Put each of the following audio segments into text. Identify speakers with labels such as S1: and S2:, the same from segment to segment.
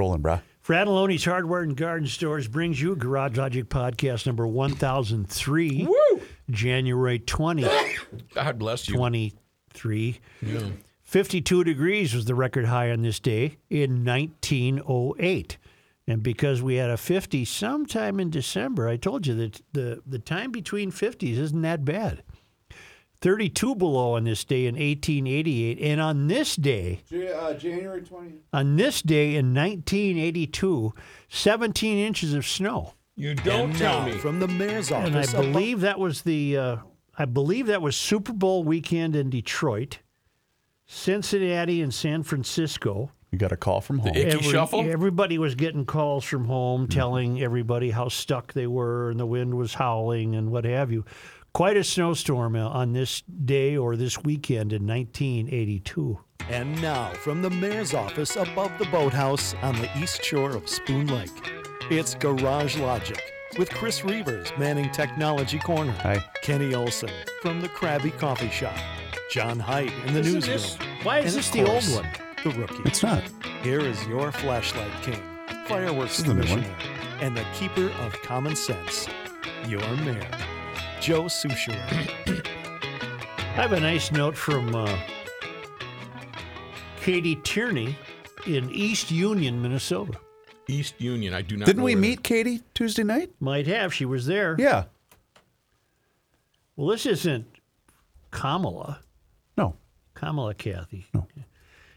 S1: Rolling, brah.
S2: Fratelloni's Hardware and Garden Stores brings you Garage Logic Podcast number 1003, January 20,
S3: God bless you.
S2: 23. 52 degrees was the record high on this day in 1908. And because we had a 50 sometime in December, I told you that the, the time between 50s isn't that bad. 32 below on this day in 1888. And on this day,
S4: January 20th.
S2: on this day in 1982, 17 inches of snow.
S3: You don't tell me.
S1: From the mayor's
S2: And I
S1: office. above-
S2: believe that was the uh, I believe that was Super Bowl weekend in Detroit, Cincinnati, and San Francisco.
S1: you got a call from home.
S3: ick- Icky shuffle?
S2: Everybody was getting calls from home telling everybody how stuck they were and the wind was howling and what have you. Quite a snowstorm uh, on this day or this weekend in 1982.
S1: and now, from the mayor's office above the boathouse on the east shore of Spoon Lake, it's Garage Logic with Chris Reavers manning Technology Corner. Hi. Kenny Olson from the Krabby Coffee Shop. John Hyde in the newsroom.
S2: Why is
S1: and
S2: this
S1: of
S2: the old
S1: course,
S2: one?
S1: The rookie.
S5: It's not.
S1: Here is your flashlight king,
S5: This
S1: fireworks
S5: is the new one.
S1: commissioner, and the keeper of common sense, your mayor, Joe Souchere.
S2: I have a nice note from uh, Katie Tierney in East Union, Minnesota.
S3: East Union. I do not.
S5: Didn't
S3: know
S5: we
S3: where
S5: meet Katie Tuesday night?
S2: Might have. She was there.
S5: Yeah.
S2: Well, this isn't Kamala.
S5: No.
S2: Kamala Kathy.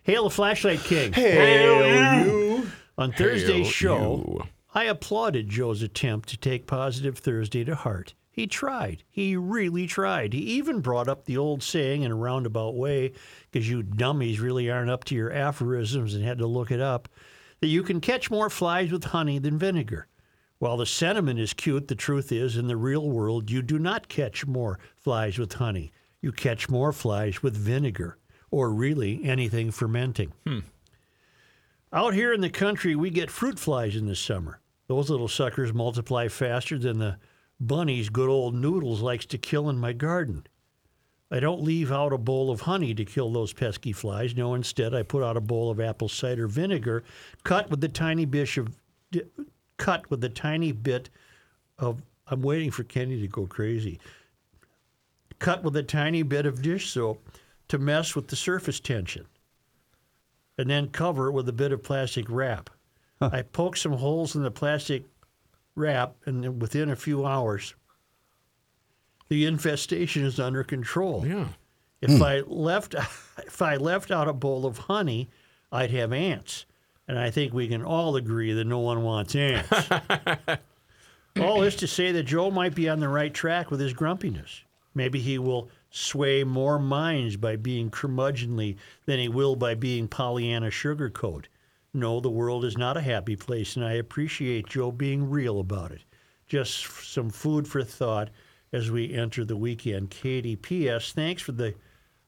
S2: Hail the Flashlight King.
S5: Hey,
S2: On
S3: that is.
S2: Thursday's
S3: Hail
S2: show,
S3: you.
S2: I applauded Joe's attempt to take Positive Thursday to heart. He tried. He really tried. He even brought up the old saying in a roundabout way, because you dummies really aren't up to your aphorisms and had to look it up, that you can catch more flies with honey than vinegar. While the sentiment is cute, the truth is, in the real world, you do not catch more flies with honey. You catch more flies with vinegar, or really anything fermenting. Out here in the country, we get fruit flies in the summer. Those little suckers multiply faster than the bunnies good old Noodles likes to kill in my garden. I don't leave out a bowl of honey to kill those pesky flies. No, instead, I put out a bowl of apple cider vinegar, cut with the tiny bit of, di- cut with the tiny bit of. I'm waiting for Kenny to go crazy. Cut with a tiny bit of dish soap to mess with the surface tension and then cover it with a bit of plastic wrap. I poke some holes in the plastic wrap, and then within a few hours, the infestation is under control.
S3: Yeah.
S2: If I left, if I left out a bowl of honey, I'd have ants, and I think we can all agree that no one wants ants. all this to say that Joe might be on the right track with his grumpiness. Maybe he will sway more minds by being curmudgeonly than he will by being Pollyanna sugarcoat. No, the world is not a happy place, and I appreciate Joe being real about it. Just f- some food for thought as we enter the weekend. Katie, P.S. Thanks for the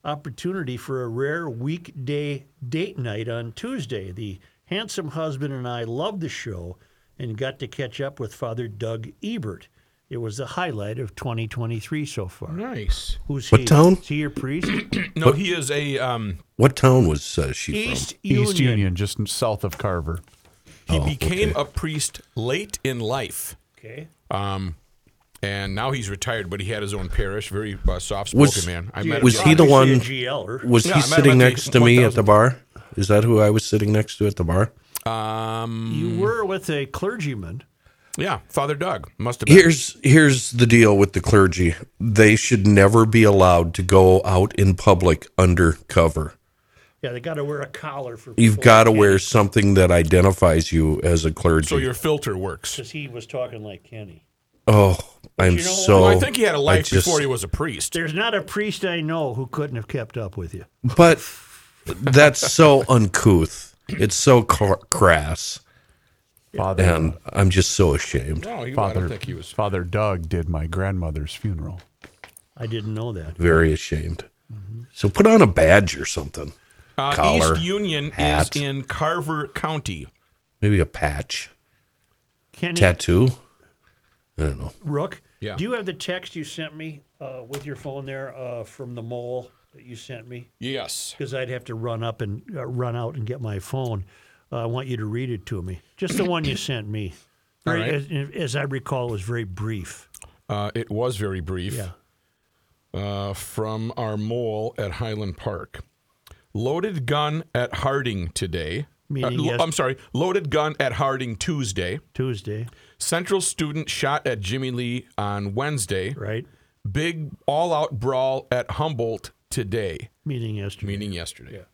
S2: opportunity for a rare weekday date night on Tuesday. The handsome husband and I loved the show and got to catch up with Father Doug Ebert. It was the highlight of 2023 so far.
S3: Mm-hmm. Nice.
S2: Who's
S6: What
S2: he?
S6: town?
S2: Is he your priest?
S3: No, he is a. Um,
S6: What town was uh, she
S2: East Union.
S5: East Union, just south of Carver.
S3: he
S6: Oh,
S3: became
S6: okay.
S3: a priest late in life,
S2: Okay.
S3: um, and now he's retired. But he had his own parish. Very uh, soft-spoken
S6: Was-
S3: man. I
S6: yeah,
S3: met him
S6: was
S3: the
S6: he
S3: other
S6: the
S3: day.
S6: one-
S2: Obviously a GLer.
S6: from? Was
S3: Yeah,
S6: he
S3: I'm at
S6: sitting
S3: the
S6: next to me at the
S3: 1000.
S6: bar? Is that who I was sitting next to at the bar?
S3: Um,
S2: You were with a clergyman.
S3: yeah, Father Doug must have been.
S6: Here's here's the deal with the clergy. They should never be allowed to go out in public undercover.
S2: Yeah, they got to wear a collar for.
S6: You've got to wear something that identifies you as a clergy.
S3: so your filter works.
S2: Because he was talking like Kenny.
S6: oh, I'm
S2: you know what?
S6: so.
S3: Well, I think he had a life
S6: Oh, just-
S3: before he was a priest.
S2: There's not a priest I know who couldn't have kept up with you.
S6: But that's so uncouth. It's so car- crass,
S5: Father,
S6: and I'm just so ashamed.
S3: No, he, I
S5: Father,
S3: don't think he was.
S5: Father Doug did my grandmother's funeral.
S2: I didn't know that.
S6: Very ashamed.
S3: Mm-hmm.
S6: So put on a badge or something.
S3: Uh,
S6: Collar,
S3: East Union
S6: hat.
S3: is in Carver County.
S6: Maybe a patch,
S2: Kenny
S6: tattoo. I don't know.
S2: Rook,
S3: Yeah.
S2: do you have the text you sent me uh, with your phone there uh, from the mole that you sent me?
S3: Yes.
S2: Because I'd have to run up and uh, run out and get my phone. Uh, I want you to read it to me. Just the one you sent me.
S3: All
S2: Very-
S3: right.
S2: as, as I recall, it was very brief.
S3: Uh, it was very brief.
S2: Yeah.
S3: Uh, from our mole at Highland Park. Loaded gun at Harding today. Uh,
S2: Meaning
S3: lo-
S2: yes-
S3: I'm sorry. Loaded gun at Harding Tuesday.
S2: Tuesday,
S3: Central student shot at Jimmy Lee on Wednesday.
S2: right?
S3: Big all out brawl at Humboldt today,
S2: Meeting yesterday.
S3: meaning yesterday.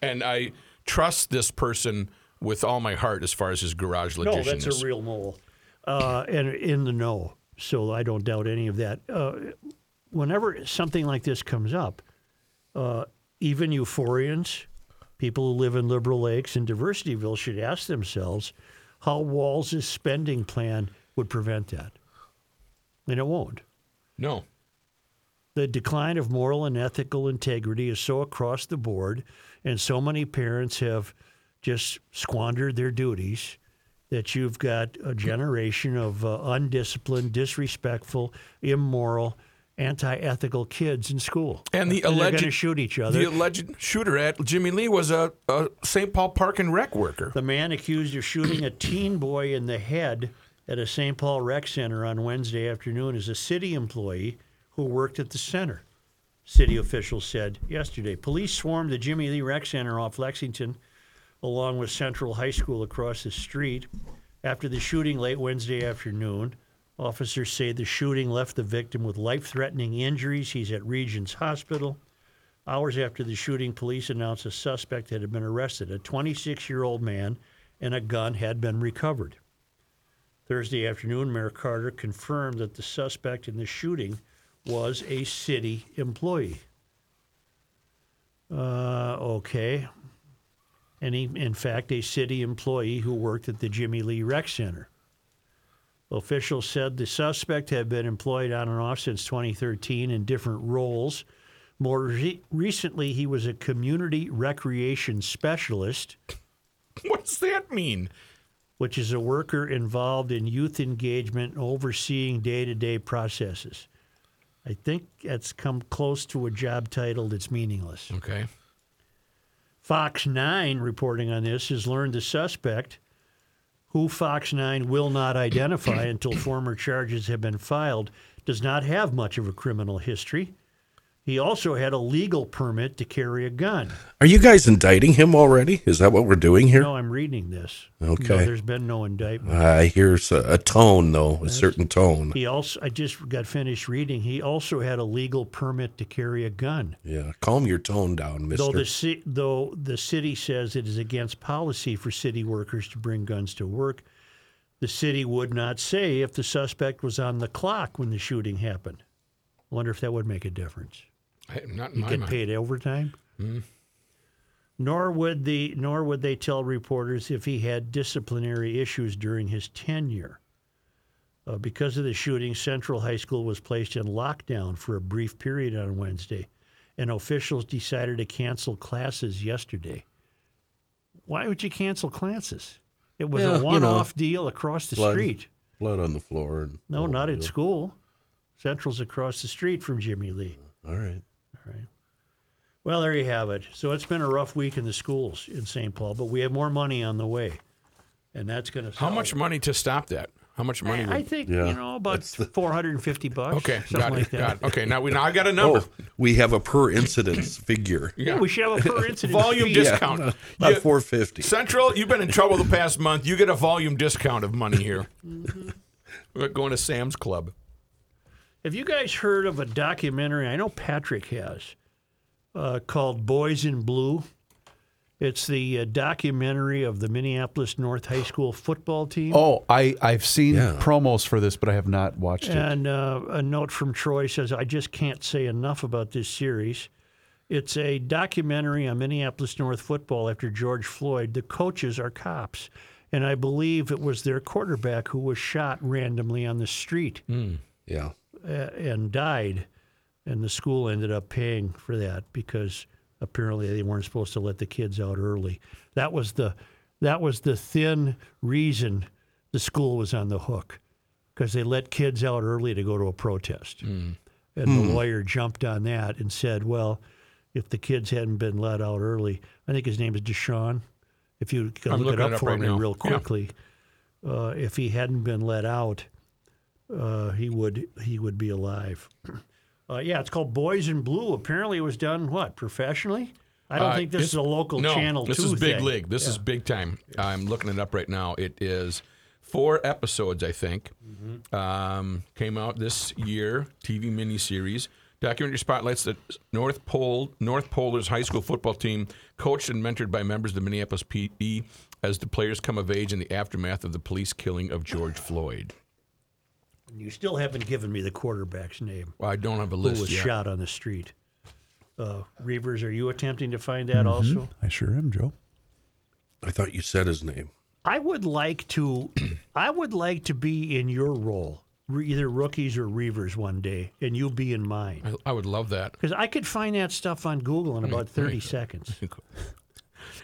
S3: And I trust this person with all my heart as far as his garage
S2: No,
S3: logician
S2: that's
S3: is.
S2: a real mole. Uh, and in the know. So I don't doubt any of that. Uh, whenever something like this comes up, uh, even euphorians, people who live in Liberal Lakes and Diversityville should ask themselves how Walls' spending plan would prevent that. And it won't.
S3: no.
S2: The decline of moral and ethical integrity is so across the board, and so many parents have just squandered their duties that you've got a generation of uh, undisciplined, disrespectful, immoral, anti ethical kids in school.
S3: And the
S2: they're
S3: alleged
S2: going to shoot each other.
S3: The
S2: The,
S3: alleged shooter at Jimmy Lee was a, a St. Paul Park and Rec worker.
S2: man accused of shooting a teen boy in the head at a St. Paul rec center on Wednesday afternoon is a city employee who worked at the center. city officials said yesterday. Police swarmed the Jimmy Lee Rec Center off Lexington, along with Central High School across the street. After the shooting late Wednesday afternoon, officers say the shooting left the victim with life threatening injuries. He's at Regents Hospital. Hours after the shooting, police announced a suspect had been arrested. A 26 year old man and a gun had been recovered. Thursday afternoon, Mayor Carter confirmed that the suspect in the shooting was a city employee. Uh, okay. And he, in fact, a city employee who worked at the Jimmy Lee Rec Center. Officials said the suspect had been employed on and off since 2013 in different roles. More re- recently, he was a community recreation specialist
S3: What does that mean?
S2: which is a worker involved in youth engagement and overseeing day to day processes. I think that's come close to a job title that's meaningless.
S3: Okay.
S2: Fox 9 reporting on this has learned the suspect, who Fox 9 will not identify until former charges have been filed, does not have much of a criminal history. He also had a legal permit to carry a gun.
S6: Are you guys indicting him already? Is that what we're doing here?
S2: No, I'm reading this. No,
S6: Okay.
S2: there's been no indictment.
S6: I hear s- a, tone, though, a certain tone.
S2: He also, I just got finished reading. He also had a legal permit to carry a gun,
S6: Yeah, calm your tone down,
S2: though
S6: mister.
S2: the ci- though the city says it is against policy for city workers to bring guns to work. The city would not say if the suspect was on the clock when the shooting happened. Wonder if that would make a difference.
S3: I, not in my
S2: Get
S3: mind.
S2: paid overtime.
S6: Mm.
S2: Nor would the nor would they tell reporters if he had disciplinary issues during his tenure. Uh, because of the shooting, Central High School was placed in lockdown for a brief period on Wednesday, and officials decided to cancel classes yesterday. Why would you cancel classes? It was
S6: Yeah, you
S2: a
S6: know,
S2: one-off deal across the
S6: blood.
S2: street.
S6: Blood on the floor. And
S2: No, not at school. Central's across the street from Jimmy Lee.
S6: All right.
S2: Well, there you have it. So it's been a rough week in the schools in St. Paul, but we have more money on the way, and that's going to.
S3: How much money to stop that? How much money?
S2: I, I
S3: would-
S2: think
S6: Yeah.
S2: you know about four hundred and fifty bucks.
S3: okay,
S2: something
S3: got
S2: like
S3: it.
S2: that.
S3: Got it. Okay, now we now I got a number.
S6: Oh, we have a per incidence figure.
S2: Yeah, we should have a per incident
S3: Volume
S2: fee.
S3: discount.
S6: About
S3: You-
S6: 450.
S3: Central, you've been in trouble the past month. You get a volume discount of money here. We're going to Sam's Club.
S2: Have you guys heard of a documentary? I know Patrick has, uh, called Boys in Blue. It's the uh, documentary of the Minneapolis North High School football team.
S5: Oh, I, I've seen promos for this, but I have not watched it.
S2: And uh, a note from Troy says, I just can't say enough about this series. It's a documentary on Minneapolis North football after George Floyd. The coaches are cops. And I believe it was their quarterback who was shot randomly on the street
S6: Yeah.
S2: uh, and died. And the school ended up paying for that because apparently they weren't supposed to let the kids out early. That was the that was the thin reason the school was on the hook because they let kids out early to go to a protest.
S3: Hmm.
S2: And the lawyer jumped on that and said, "Well, if the kids hadn't been let out early, I think his name is Deshaun. if you could
S3: I'm
S2: look it
S3: looking
S2: up,
S3: it up
S2: for
S3: right
S2: me
S3: now.
S2: real
S3: Yeah.
S2: quickly, uh, if he hadn't been let out, uh, he would he would be alive. Uh, yeah, it's called Boys in Blue. Apparently, it was done what professionally. I don't
S3: Uh,
S2: think this
S3: it's-
S2: is a local
S3: no,
S2: channel.
S3: This
S2: 2
S3: is big
S2: thing.
S3: league. This is big time. I'm looking it up right now. It is four episodes, I think.
S2: Mm-hmm.
S3: Um, came out this year. TV miniseries. Documentary spotlights the North Pole North Polers high school football team, coached and mentored by members of the Minneapolis PD, as the players come of age in the aftermath of the police killing of George Floyd.
S2: You still haven't given me the quarterback's name
S3: Well, I don't have a
S2: who
S3: list
S2: was
S3: yet.
S2: shot on the street. Uh, Reavers, are you attempting to find that
S3: Mm-hmm.
S2: also?
S5: I sure am, Joe.
S6: I thought you said his name.
S2: I would like to, I would like to be in your role, re- either rookies or Reavers one day, and you be in mine.
S3: I, I would love that.
S2: Because I could find that stuff on Google in about thirty seconds.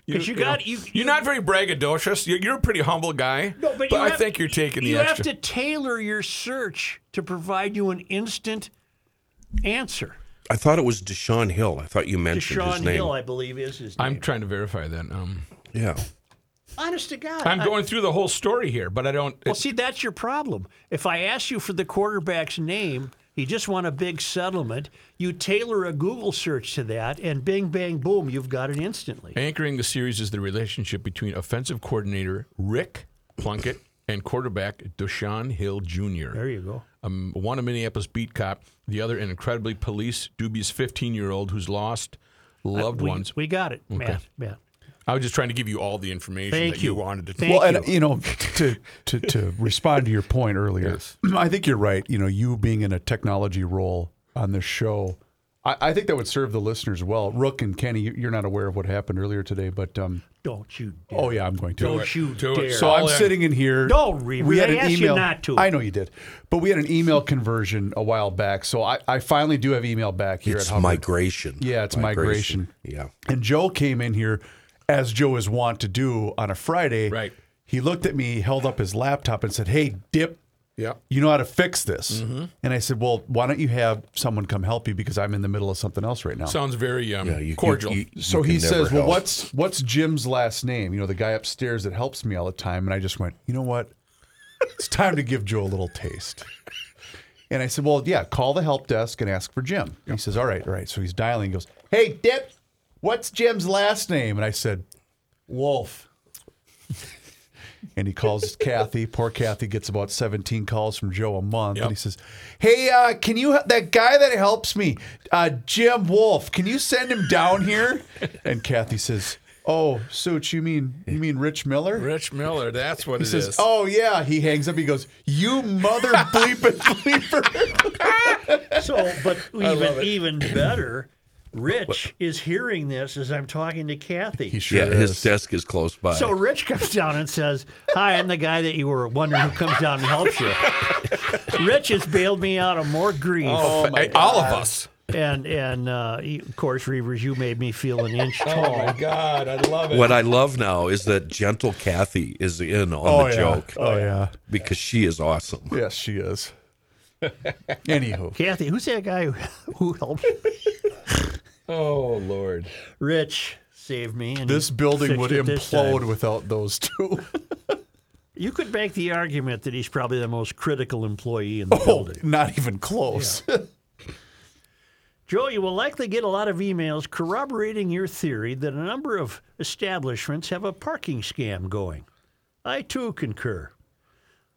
S2: Because you got you.
S3: You're not very braggadocious. You're, you're a pretty humble guy.
S2: No, but you
S3: I
S2: have-
S3: think you're taking the
S2: you
S3: extra.
S2: have to tailor your search to provide you an instant answer.
S6: I thought it was Deshaun Hill. I thought you mentioned
S2: Deshaun
S6: his name.
S2: Hill, I believe, is his name.
S3: I'm trying to verify that. Um,
S6: yeah.
S2: Honest to God,
S3: I'm
S2: I-
S3: going through the whole story here, but I don't.
S2: Well, see, that's your problem. If I ask you for the quarterback's name, you just want a big settlement. You tailor a Google search to that, and bing, bang, boom, you've got it instantly.
S3: anchoring the series is the relationship between offensive coordinator Rick Plunkett and quarterback Deshaun Hill Jr.
S2: There you go.
S3: Um, one a Minneapolis beat cop, the other an incredibly police dubious 15 year old who's lost loved
S2: we,
S3: ones.
S2: We got it, Matt. Matt.
S3: I was just trying to give you all the information
S2: Thank
S3: that
S2: you.
S3: you. wanted to.
S2: Thank
S5: well,
S2: you.
S5: and you know, to, to to respond to your point earlier, I think you're right. You know, you being in a technology role on this show, I, I think that would serve the listeners well. Rook and Kenny, you- you're not aware of what happened earlier today, but um,
S2: Don't you dare.
S5: oh yeah, I'm going to.
S2: Don't you
S3: Do it.
S2: dare.
S5: So I'm
S3: in.
S5: sitting in here.
S2: No, Reaver,
S5: We had
S2: I
S5: an
S2: asked you
S5: email.
S2: not to.
S5: I know you did, but we had an email conversion a while back. So I, I finally do have email back here
S6: It's
S5: at Hubbard.
S6: migration.
S5: Yeah, it's migration.
S6: Yeah.
S5: And Joe came in here, as Joe is wont to do on a Friday.
S3: Right.
S5: He looked at me, held up his laptop, and said, "Hey, Dip,
S3: Yeah.
S5: you know how to fix this?" And I said, "Well, why don't you have someone come help you because I'm in the middle of something else right now."
S3: Sounds very um,
S6: Yeah, you- you-
S3: cordial.
S6: you- you
S5: so
S6: can
S5: he
S6: never
S5: says, "Well,
S6: help.
S5: what's what's Jim's last name?" You know, the guy upstairs that helps me all the time, and I just went, "You know what? It's time to give Joe a little taste." And I said, "Well, yeah, call the help desk and ask for Jim." He says, "All right, all right." So he's dialing. He goes, "Hey, Dip, what's Jim's last name?" And I said, "Wolf." And he calls Kathy. Poor Kathy gets about 17 calls from Joe a month.
S3: Yep.
S5: And he says, Hey, uh, can you, that guy that helps me, uh, Jim Wolf, can you send him down here? and Kathy says, Oh, Suits, you mean, you mean Rich Miller?
S3: Rich Miller, that's what it
S5: He
S3: is.
S5: says, Oh, yeah. He hangs up. He goes, You mother bleeping bleeper.
S2: So, but even even better, Rich is hearing this as I'm talking to Kathy.
S6: yeah, his desk is close by.
S2: So Rich comes down and says, "Hi, I'm the guy that you were wondering who comes down and helps you." Rich has bailed me out of more grief,
S3: Oh, my all of us.
S2: and and uh, you- of course, Reavers, you made me feel an inch
S3: Oh
S2: tall.
S3: my God, I love it.
S6: what I love now is that gentle Kathy is in on the joke
S5: Oh, yeah.
S6: because she is awesome.
S5: Yes, she is. Anywho.
S2: Kathy, who's that guy who- who helped
S3: Oh Lord.
S2: Rich save me? And he
S5: This building
S2: fixed
S5: would
S2: it this time.
S5: implode without those two.
S2: You could make the argument that he's probably the most critical employee in the
S5: Oh,
S2: building.
S5: not even close.
S2: Joe, you will likely get a lot of emails corroborating your theory that a number of establishments have a parking scam going. I too concur.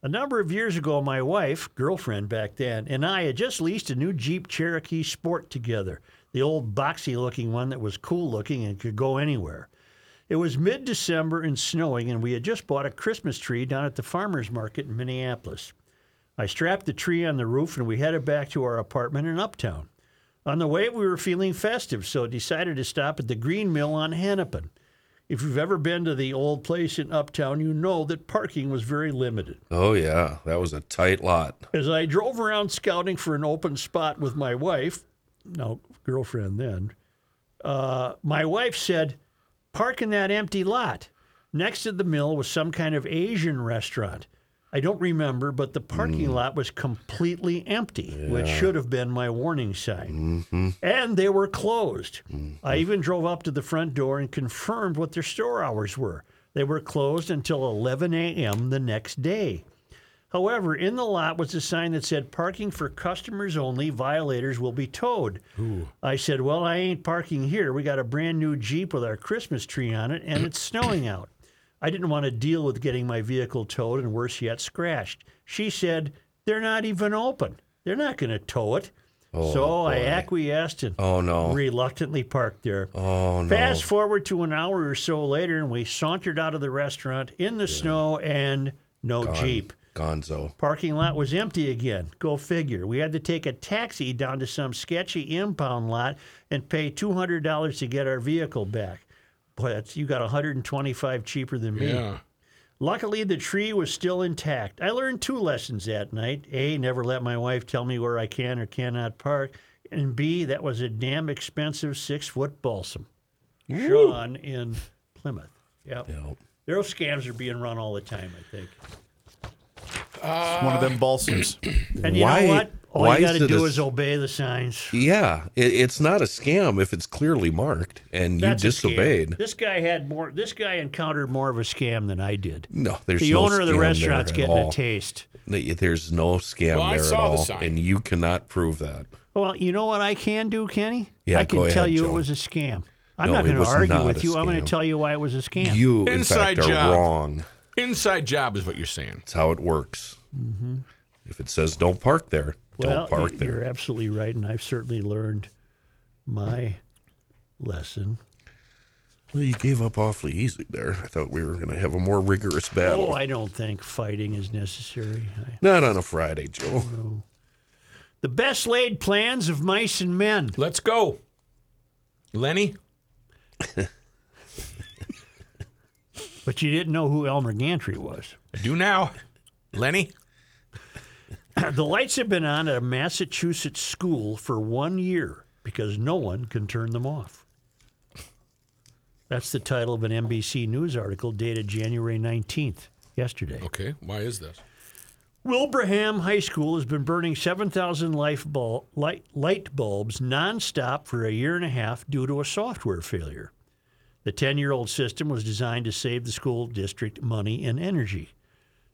S2: A number of years ago, my wife, girlfriend back then, and I had just leased a new Jeep Cherokee Sport together, the old boxy looking one that was cool looking and could go anywhere. It was mid December and snowing, and we had just bought a Christmas tree down at the farmer's market in Minneapolis. I strapped the tree on the roof and we headed back to our apartment in Uptown. On the way, we were feeling festive, so decided to stop at the Green Mill on Hennepin. If you've ever been to the old place in Uptown, you know that parking was very limited.
S6: Oh yeah, that was a tight lot.
S2: As I drove around scouting for an open spot with my wife, no girlfriend then, uh, my wife said, Park in that empty lot. Next to the mill was some kind of Asian restaurant. I don't remember, but the parking lot was completely empty, which should have been my warning sign. And they were closed. I even drove up to the front door and confirmed what their store hours were. They were closed until 11 a.m. the next day. However, in the lot was a sign that said parking for customers only, violators will be towed. I said, Well, I ain't parking here. We got a brand new Jeep with our Christmas tree on it, and it's snowing out. I didn't want to deal with getting my vehicle towed and worse yet, scratched. She said, They're not even open. They're not going to tow it. so I acquiesced and
S6: Oh, no.
S2: reluctantly parked there.
S6: Oh no.
S2: Fast forward to an hour or so later, and we sauntered out of the restaurant in the snow and no Jeep.
S6: Gonzo.
S2: Parking lot was empty again. Go figure. We had to take a taxi down to some sketchy impound lot and pay two hundred dollars to get our vehicle back. Boy, that's you got one hundred and twenty-five cheaper than me.
S3: Yeah.
S2: Luckily, the tree was still intact. I learned two lessons that night. A, never let my wife tell me where I can or cannot park. And B, that was a damn expensive six foot balsam. Sean in Plymouth. Yep.
S6: Yep.
S2: Their scams are being run all the time, I think.
S5: It's one of them balsams.
S2: And you
S6: Why-
S2: know what? All
S6: why
S2: you got
S6: is
S2: to
S6: it
S2: do
S6: a-
S2: is obey the signs.
S6: Yeah, it, it's not a scam if it's clearly marked and
S2: That's
S6: you
S2: a scam.
S6: disobeyed.
S2: This guy had more. This guy encountered more of a scam than I did.
S6: No, there's
S2: The
S6: no
S2: owner of the
S6: scam there
S2: restaurant's
S6: at
S2: getting
S6: all.
S2: a taste.
S6: Th- There's no scam
S3: Well, I
S6: there
S3: saw
S6: at
S3: the
S6: all,
S3: sign.
S6: and you cannot prove that.
S2: Well, you know what I can do, Kenny?
S6: Yeah,
S2: I can
S6: go ahead,
S2: tell you
S6: Joe.
S2: it was a scam. I'm
S6: No,
S2: not
S6: it
S2: going to
S6: was
S2: argue
S6: not
S2: with
S6: a
S2: you. I'm going to
S6: scam.
S2: tell you why it was a scam.
S6: You, in
S3: Inside
S6: fact, are
S3: job.
S6: wrong.
S3: Inside job is what you're saying.
S6: That's how it works. If it says don't park there,
S2: Mm-hmm. well,
S6: don't park
S2: y-
S6: there.
S2: you're absolutely right, and I've certainly learned my lesson.
S6: Well, you gave up awfully easy there. I thought we were going to have a more rigorous battle.
S2: Oh, I don't think fighting is necessary. I-
S6: Not on a Friday, Joe.
S2: The best laid plans of mice and men.
S3: Let's go. Lenny?
S2: But you didn't know who Elmer Gantry was.
S3: I do now. Lenny?
S2: The lights have been on at a Massachusetts school for one year because no one can turn them off. That's the title of an NBC News article dated January 19th, yesterday.
S3: Okay. Why is this?
S2: Wilbraham High School has been burning 7,000 life bul- light, light bulbs nonstop for a year and a half due to a software failure. The 10 year old system was designed to save the school district money and energy.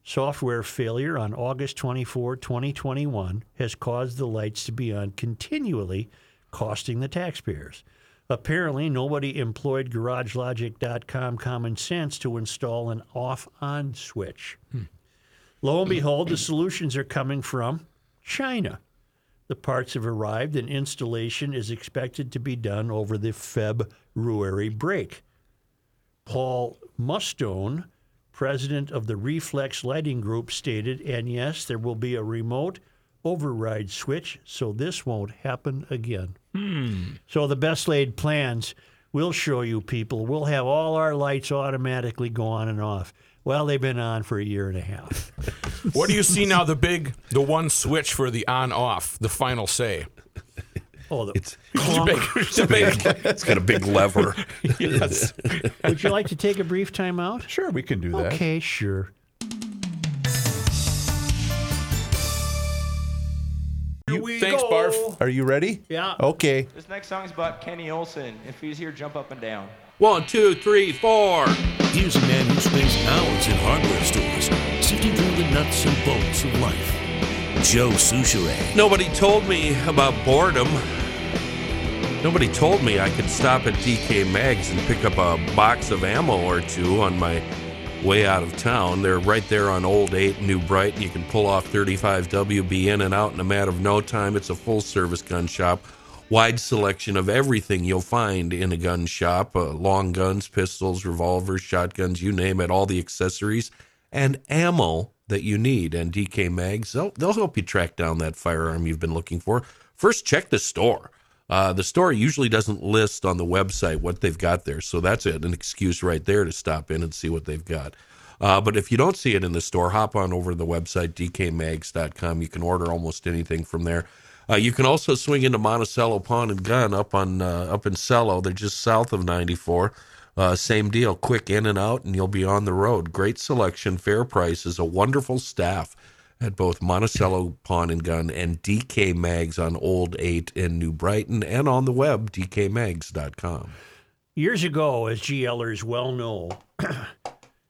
S2: Software failure on August 24, 2021 has caused the lights to be on continually, costing the taxpayers. Apparently, nobody employed GarageLogic.com common sense to install an off on switch. Lo and behold, the solutions are coming from China. The parts have arrived, and installation is expected to be done over the February break. Paul Mustone, president of the Reflex Lighting Group, stated, and yes, there will be a remote override switch, so this won't happen again. So the best laid plans will show you people. We'll have all our lights automatically go on and off. Well, they've been on for a year and a half.
S3: What do you see now? The big, the one switch for the on off, the final say.
S2: Oh, the,
S6: It's,
S3: The big, the big.
S6: it's got a big lever.
S3: Yes.
S2: would you like to take a brief time out?
S5: Sure, we can do that.
S2: Okay, sure.
S3: Thanks, Barf.
S5: Are you ready?
S2: Yeah.
S5: Okay.
S4: This next song is about Kenny Olson. If he's here, jump up and down.
S3: One, two, three, four.
S7: Here's a man who spends hours in hardware stores sifting through the nuts and bolts of life. Joe Souchere.
S6: Nobody told me about boredom. Nobody told me I could stop at DK Mags and pick up a box of ammo or two on my way out of town. They're right there on Old 8, New Brighton. You can pull off 35W, be in and out in a matter of no time. It's a full service gun shop. Wide selection of everything you'll find in a gun shop uh, long guns, pistols, revolvers, shotguns, you name it, all the accessories and ammo that you need. And DK Mags, they'll, they'll help you track down that firearm you've been looking for. First, check the store. Uh, the store usually doesn't list on the website what they've got there, so that's it, an excuse right there to stop in and see what they've got. Uh, but if you don't see it in the store, hop on over to the website, dkmags.com. You can order almost anything from there. Uh, you can also swing into Monticello Pawn and Gun up on uh, up in Cello. They're just south of 94. Uh, same deal, quick in and out, and you'll be on the road. Great selection, fair prices, a wonderful staff at both Monticello Pawn and Gun and DK Mags on Old 8 in New Brighton and on the web, dkmags.com.
S2: Years ago, as GLers well know,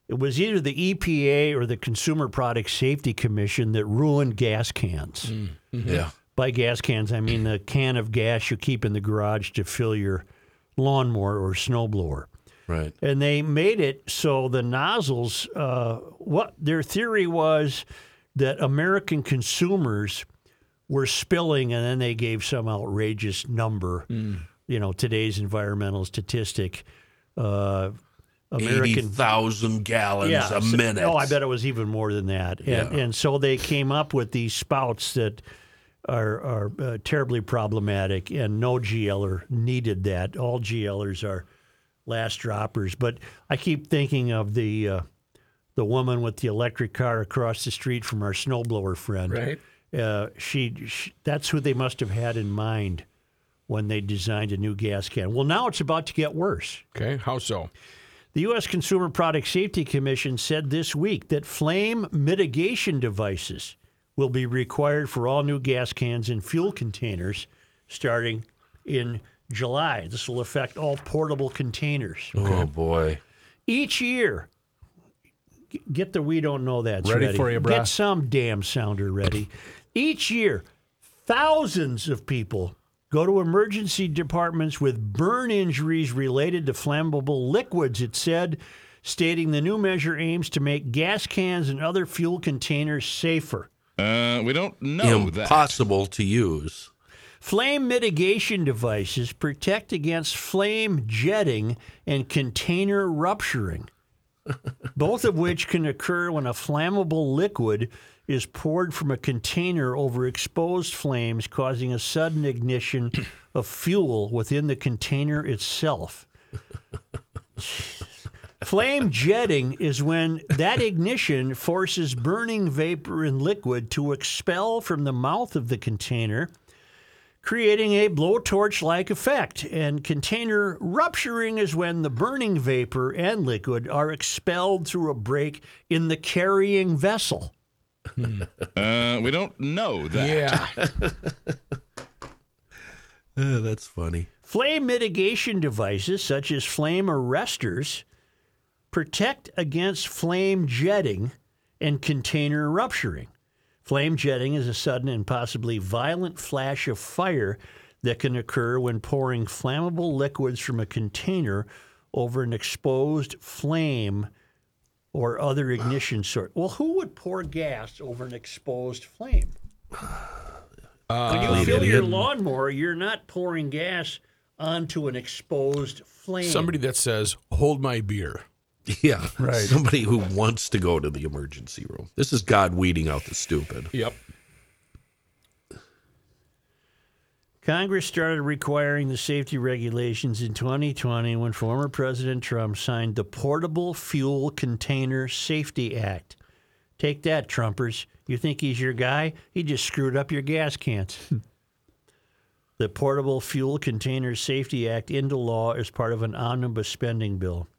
S2: It was either the EPA or the Consumer Product Safety Commission that ruined gas cans.
S6: Yeah.
S2: By gas cans, I mean the can of gas you keep in the garage to fill your lawnmower or snowblower.
S6: Right.
S2: And they made it so the nozzles, uh, what their theory was that American consumers were spilling, and then they gave some outrageous number, you know, today's environmental statistic. Uh, American
S6: 80,000 gallons a
S2: so-
S6: minute.
S2: Oh, I bet it was even more than that. And, and so they came up with these spouts that are, are uh, terribly problematic, and no GLer needed that. All GLers are last droppers. But I keep thinking of the uh, the woman with the electric car across the street from our snowblower friend.
S3: Right.
S2: Uh, she, she that's who they must have had in mind when they designed a new gas can. Well, now it's about to get worse.
S3: Okay, how so?
S2: The U.S. Consumer Product Safety Commission said this week that flame mitigation devices will be required for all new gas cans and fuel containers starting in July. This will affect all portable containers.
S6: Oh, boy.
S2: Each year, g- get the we don't know that's
S5: Ready
S2: ready.
S5: for you,
S2: Get
S5: brah.
S2: some damn sounder ready. Each year, thousands of people go to emergency departments with burn injuries related to flammable liquids, it said, stating the new measure aims to make gas cans and other fuel containers safer.
S8: Uh, we don't know that.
S6: Impossible to use.
S2: Flame mitigation devices protect against flame jetting and container rupturing, both of which can occur when a flammable liquid is poured from a container over exposed flames, causing a sudden ignition of fuel within the container itself. Flame jetting is when that ignition forces burning vapor and liquid to expel from the mouth of the container creating a blowtorch like effect. And container rupturing is when the burning vapor and liquid are expelled through a break in the carrying vessel.
S8: Uh, we don't know that.
S3: Yeah.
S6: Uh, that's funny.
S2: Flame mitigation devices, such as flame arresters, protect against flame jetting and container rupturing. Flame jetting is a sudden and possibly violent flash of fire that can occur when pouring flammable liquids from a container over an exposed flame or other ignition source. Well, who would pour gas over an exposed flame? when you fill your
S6: idiot.
S2: lawnmower, you're not pouring gas onto an exposed flame.
S3: Somebody that says, "Hold my beer."
S6: Yeah. Right. Somebody who wants to go to the emergency room. This is God weeding out the stupid.
S3: Yep.
S2: Congress started requiring the safety regulations in 2020 when former President Trump signed the Portable Fuel Container Safety Act. Take that, Trumpers. You think he's your guy? He just screwed up your gas cans. the Portable Fuel Container Safety Act into law as part of an omnibus spending bill.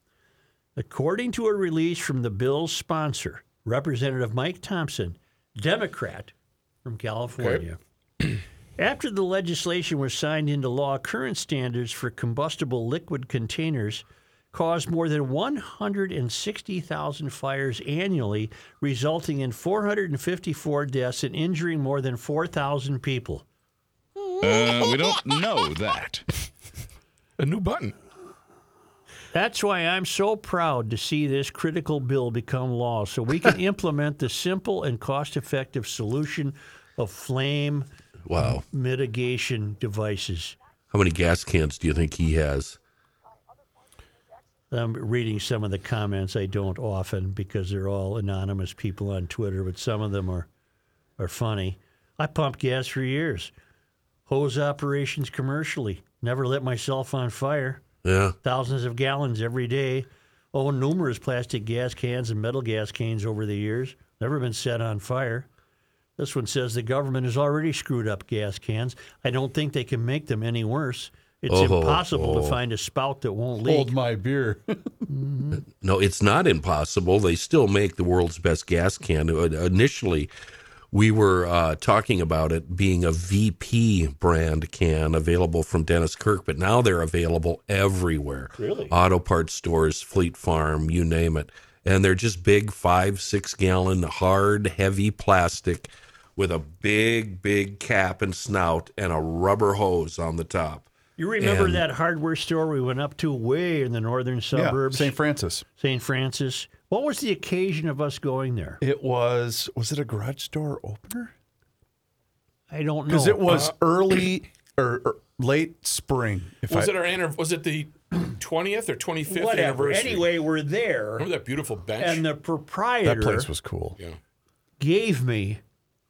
S2: According to a release from the bill's sponsor, Representative Mike Thompson, Democrat from California. After the legislation was signed into law, current standards for combustible liquid containers caused more than 160,000 fires annually, resulting in 454 deaths and injuring more than 4,000 people.
S8: Uh, we don't know that.
S3: A new button.
S2: That's why I'm so proud to see this critical bill become law so we can implement the simple and cost effective solution of flame
S6: Wow.
S2: mitigation devices.
S6: How many gas cans do you think he has?
S2: I'm reading some of the comments. I don't often because they're all anonymous people on Twitter, but some of them are, are funny. I pumped gas for years, hose operations commercially, never lit myself on fire,
S6: Yeah.
S2: thousands of gallons every day, owned numerous plastic gas cans and metal gas cans over the years, never been set on fire. This one says the government has already screwed up gas cans. I don't think they can make them any worse. It's
S6: Oh,
S2: impossible
S6: oh.
S2: to find a spout that won't leak.
S5: Hold my beer.
S6: No, it's not impossible. They still make the world's best gas can. Uh, Initially, we were uh, talking about it being a VP brand can available from Dennis Kirk, but now they're available everywhere. Really? Auto parts stores, Fleet Farm, you name it. and they're just big five, six gallon, hard, heavy plastic with a big, big cap and snout and a rubber hose on the top.
S2: You remember
S6: And-
S2: that hardware store we went up to way in the northern suburbs,
S5: St. Francis.
S2: St. Francis? What was the occasion of us going there?
S5: It was was it a garage door opener? uh,
S2: I don't know.
S5: Because it was early or, or late spring. If
S9: Was
S5: I,
S9: it our anniv- Was it the twentieth or twenty fifth
S2: whatever.
S9: anniversary?
S2: Anyway, we're there,
S9: remember that beautiful bench?
S2: and the
S5: that
S2: proprietor
S5: place was cool.
S2: gave me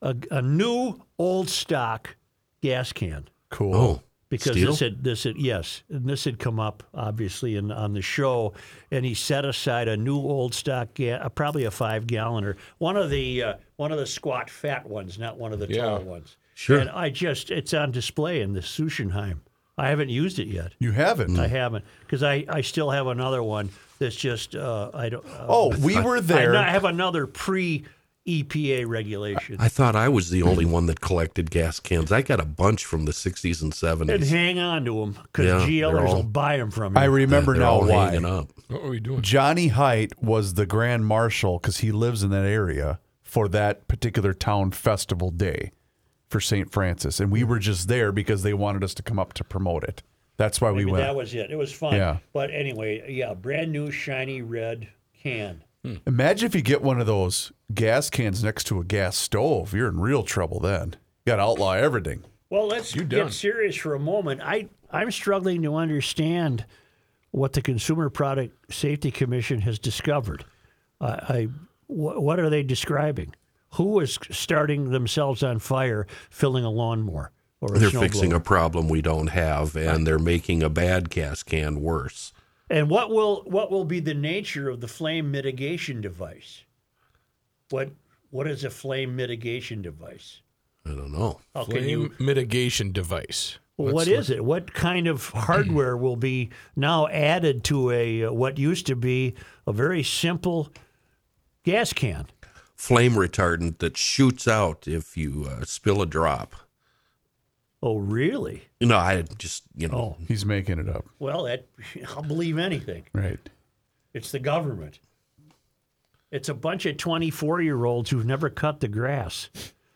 S2: a, a new old stock gas can
S5: Cool.
S6: Oh,
S2: because
S6: Steel?
S2: this had this had yes, and this had come up obviously in on the show, and he set aside a new old stock, ga- uh, probably a five galloner, one of the uh, one of the squat fat ones, not one of the
S9: Yeah.
S2: tall ones.
S6: Sure.
S2: And I just it's on display in the Sushenheim. I haven't used it yet.
S5: You haven't.
S2: I haven't because I, I still have another one that's just uh, I don't. Uh,
S5: oh, we were
S2: I,
S5: there.
S2: I have another pre EPA regulation.
S6: I thought I was the only one that collected gas cans. I got a bunch from the 60s and 70s.
S2: and hang on to them because
S6: Yeah,
S2: GLers
S6: they're all-
S2: will buy them from you.
S5: I remember
S6: They're
S5: now
S6: all
S5: why.
S6: hanging up.
S9: what were we doing?
S5: Johnny Height was the grand marshal because he lives in that area for that particular town festival day for St. Francis. And we were just there because they wanted us to come up to promote it. That's why we
S2: Maybe
S5: went.
S2: that was it. It was fun.
S5: Yeah.
S2: But anyway, yeah, brand new shiny red can.
S5: Imagine if you get one of those gas cans next to a gas stove. You're in real trouble then. You got to outlaw everything.
S2: Well, let's
S9: done.
S2: get serious for a moment. I I'm struggling to understand what the Consumer Product Safety Commission has discovered. I I- wh- what are they describing? Who is starting themselves on fire filling a lawnmower or a
S6: They're
S2: snowblower?
S6: fixing a problem we don't have, and they're making a bad gas can worse.
S2: And what will what will be the nature of the flame mitigation device? What what is a flame mitigation device?
S6: I don't know.
S3: Oh.
S2: How can
S9: Flame
S2: you
S9: mitigation device.
S2: Well, what is it? What kind of hardware will be now added to a uh, what used to be a very simple gas can?
S6: Flame retardant that shoots out if you uh, spill a drop.
S2: Oh, really?
S6: You know, I just, you
S2: Oh,
S6: know,
S5: He's making it up.
S2: well, that, I'll believe anything.
S5: Right.
S2: It's the government. It's a bunch of 24-year-olds who've never cut the grass,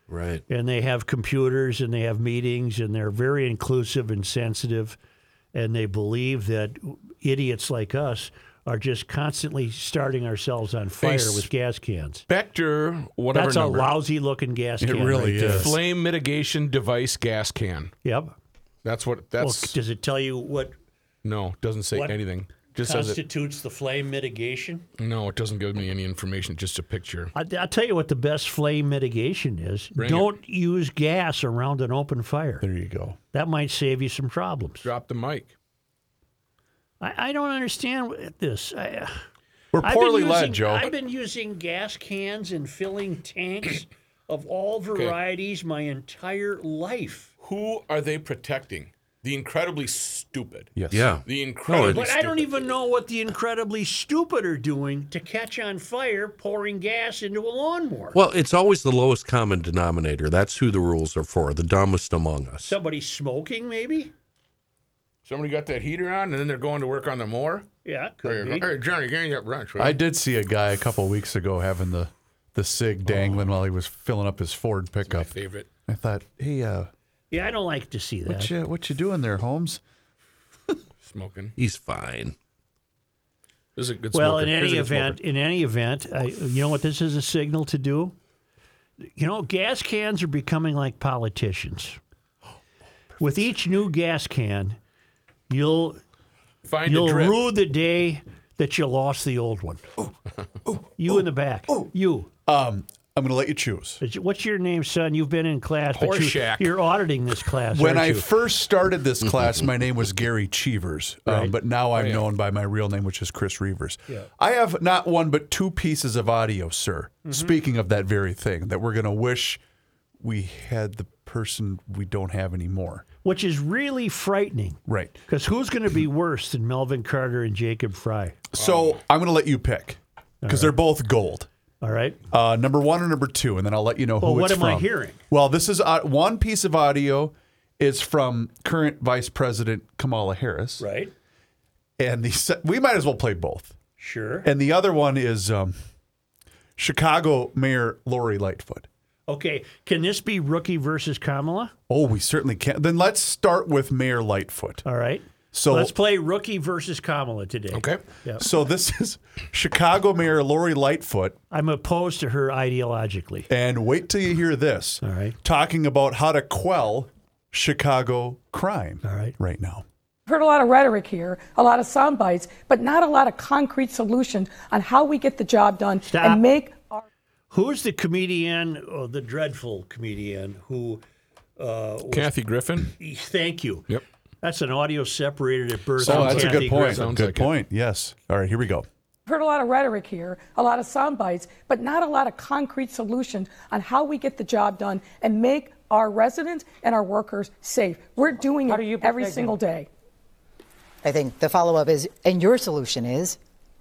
S6: right.
S2: and they have computers and they have meetings and they're very inclusive and sensitive, and they believe that idiots like us are just constantly starting ourselves on fire
S9: s-
S2: with gas cans.
S9: Spectre, whatever
S2: That's
S9: number.
S2: a lousy looking gas can. right there.
S9: Flame mitigation device gas can.
S2: Yep.
S9: That's what.
S2: Well,
S9: That's
S2: does it tell you what
S9: no. Doesn't say
S2: what
S9: anything. Just says it.
S2: constitutes the flame mitigation?
S9: No, it doesn't give me any information. Just a picture.
S2: I, I'll tell you what the best flame mitigation is.
S9: Bring it.
S2: Don't use gas around an open fire.
S5: There you go.
S2: That might save you some problems.
S9: Drop the mic.
S2: I, I don't understand this. I,
S5: We're
S2: I've been
S5: poorly
S2: using,
S5: led, Joe.
S2: I've been using gas cans and filling tanks of all varieties my entire life.
S9: Who are they protecting? The incredibly stupid.
S5: yes.
S6: Yeah.
S9: The incredibly.
S2: But I don't
S9: stupid.
S2: even know what the incredibly stupid are doing to catch on fire pouring gas into a lawnmower.
S6: Well, it's always the lowest common denominator. That's who the rules are for, the dumbest among us.
S2: Somebody smoking, maybe?
S9: Somebody got that heater on, and then they're going to work on the mower.
S2: Yeah,
S9: Hey,
S2: could be.
S9: Johnny, can you get brunch? will you?
S5: I did see a guy a couple weeks ago having the the sig dangling while he was filling up his Ford
S9: My
S5: pickup.
S9: favorite.
S5: I thought, hey, uh,
S2: Yeah, I don't like to see
S5: what
S2: that.
S5: you what you doing there, Holmes?
S9: Smoking.
S6: He's fine.
S9: This is a good
S2: Well,
S9: smoker.
S2: in
S9: Here's
S2: any
S9: a good
S2: event, in any event, I, you know what this is a signal to do? You know, gas cans are becoming like politicians. With each new gas can, you'll
S9: smoker. Find
S2: You'll
S9: the drip. Oh,
S2: rue the day that you lost the old one. you in the back. You.
S5: Um, I'm going to let you choose.
S2: Is- What's your name, son? You've been in class, but you,
S9: Horseshack.
S2: you're auditing this class.
S5: When
S2: aren't
S5: I
S2: you?
S5: first started this class, my name was Gary Cheevers, um, but now I'm known by my real name, which is Chris Reavers. I have not one but two pieces of audio, sir. Speaking of that very thing, that we're going to wish we had the person we don't have anymore.
S2: Which is really frightening.
S5: Right.
S2: Because who's going to be worse than Melvin Carter and Jacob Fry?
S5: So I'm going to let you pick because they're both gold.
S2: All right.
S5: Uh, number one or number two, and then I'll let you know
S2: Well,
S5: who
S2: what
S5: it's
S2: am I
S5: from.
S2: hearing?
S5: Well, this is uh, one piece of audio is from current Vice President Kamala Harris,
S2: Right.
S5: and the se- we might as well play both.
S2: Sure.
S5: And the other one is um, Chicago Mayor Lori Lightfoot.
S2: Okay. Can this be rookie versus Kamala?
S5: Oh, we certainly can. Then let's start with Mayor Lightfoot.
S2: All right.
S5: So
S2: Let's play rookie versus Kamala today.
S3: Okay.
S5: so this is Chicago Mayor Lori Lightfoot,
S2: I'm opposed to her ideologically.
S5: and wait till you hear this.
S2: All right.
S5: Talking about how to quell Chicago crime
S2: All right.
S5: right now.
S10: Heard a lot of rhetoric here, a lot of sound bites, but not a lot of concrete solution on how we get the job done
S2: Stop.
S10: and make our
S2: Who's the comedian, oh, the dreadful comedian who? uh,
S3: Kathy Griffin.
S2: Thank you.
S3: Yep.
S2: That's an audio separated at birth.
S5: Oh,
S2: from
S5: that's a
S2: Kathy
S5: good point.
S2: Griffin.
S5: good
S3: like it.
S5: point. Yes. All right, here we go.
S10: heard a lot of rhetoric here, a lot of sound bites, but not a lot of concrete solution on how we get the job done and make our residents and our workers safe. We're doing it every single day.
S11: I think the follow up is, and your solution is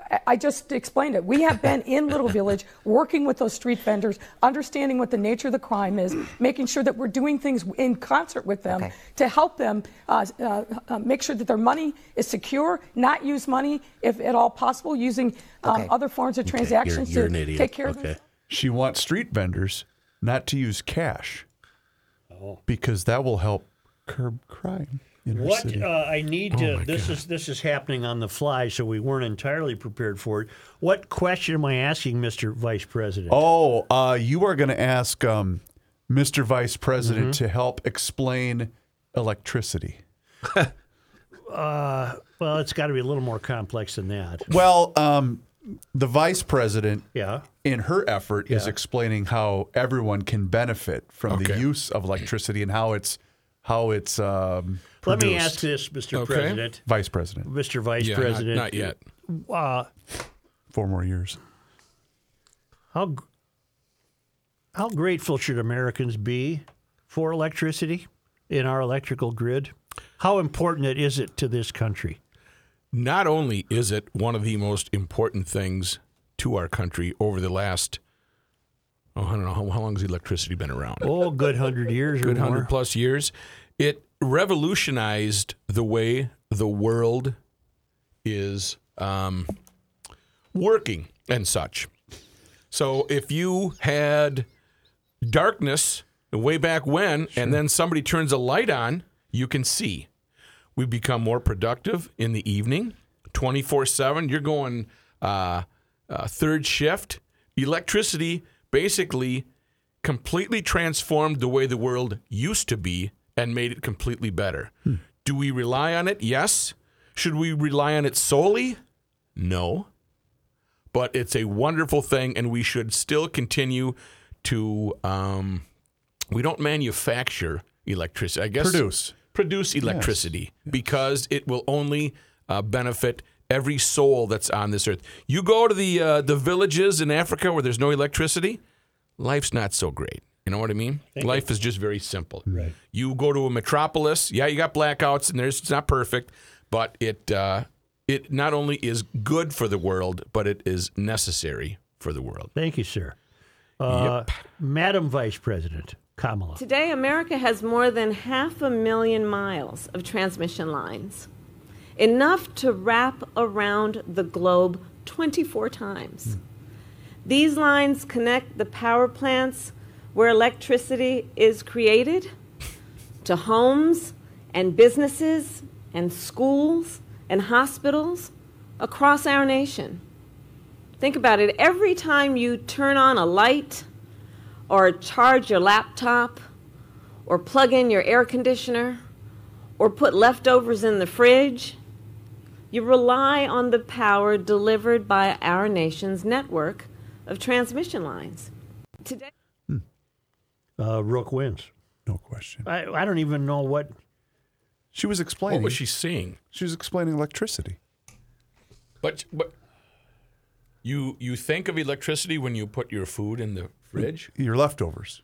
S10: I- I just explained it. We have been in Little Village working with those street vendors, understanding what the nature of the crime is, um, making sure that we're doing things in concert with them
S11: Okay.
S10: to help them uh, uh, uh, make sure that their money is secure, not use money if at all possible, using um,
S11: Okay.
S10: other forms of transactions
S6: you're an
S10: to
S6: idiot.
S10: take care of
S6: Okay.
S10: themselves.
S5: She wants street vendors not to use cash because that will help curb crime in our
S2: What
S5: city.
S2: uh, I
S3: Oh
S2: need to this is this is happening on the fly, so we weren't entirely prepared for it. What question am I asking, Mr. Vice President?
S5: Oh, uh, you are going to ask um, Mr. Vice President to help explain electricity.
S2: Well, it's got to be a little more complex than that.
S5: Well, um, the Vice President,
S2: Yeah.
S5: in her effort, is explaining how everyone can benefit from the
S3: Okay.
S5: use of electricity and how it's how it's um,
S2: Let me
S5: produced.
S2: ask this, Mr.
S3: Okay.
S2: President.
S5: Vice President.
S2: Mr. Vice
S3: Yeah, not-
S2: President.
S3: Not, yet.
S5: Four more years.
S2: How gr- how grateful should Americans be for electricity in our electrical grid? How important it is it to this country?
S3: Not only is it one of the most important things to our country over the last, oh, I don't know, how, how long has electricity been around?
S2: Oh, good hundred years or
S3: good
S2: more.
S3: hundred plus years. It revolutionized the way the world is um, working and such. So if you had darkness way back when, and then somebody turns a light on, you can see. We become more productive in the evening, twenty four seven. You're going uh, uh, third shift. Electricity basically completely transformed the way the world used to be and made it completely better. Do we rely on it? Yes. Should we rely on it solely? No. But it's a wonderful thing, and we should still continue to. Um, we don't manufacture electricity. I guess
S5: Produce.
S3: produce electricity because it will only uh, benefit every soul that's on this earth. You go to the uh, the villages in Africa where there's no electricity, life's not so great. You know what I mean? Life is just very simple. Right. You go to a metropolis, yeah, you got blackouts and there's it's not perfect, but it uh, it not only is good for the world, but it is necessary for the world.
S2: Thank you, sir. Uh, Madam Vice President Kamala.
S12: Today, America has more than half a million miles of transmission lines, enough to wrap around the globe 24 times. These lines connect the power plants where electricity is created to homes and businesses and schools and hospitals across our nation. Think about it every time you turn on a light, or charge your laptop, or plug in your air conditioner, or put leftovers in the fridge. You rely on the power delivered by our nation's network of transmission lines. Today,
S2: Uh, Rook wins.
S5: No question.
S2: I, I don't even know what.
S5: She was explaining.
S3: What was she seeing?
S5: She was explaining electricity.
S3: But but you you think of electricity when you put your food in the fridge
S5: Your leftovers.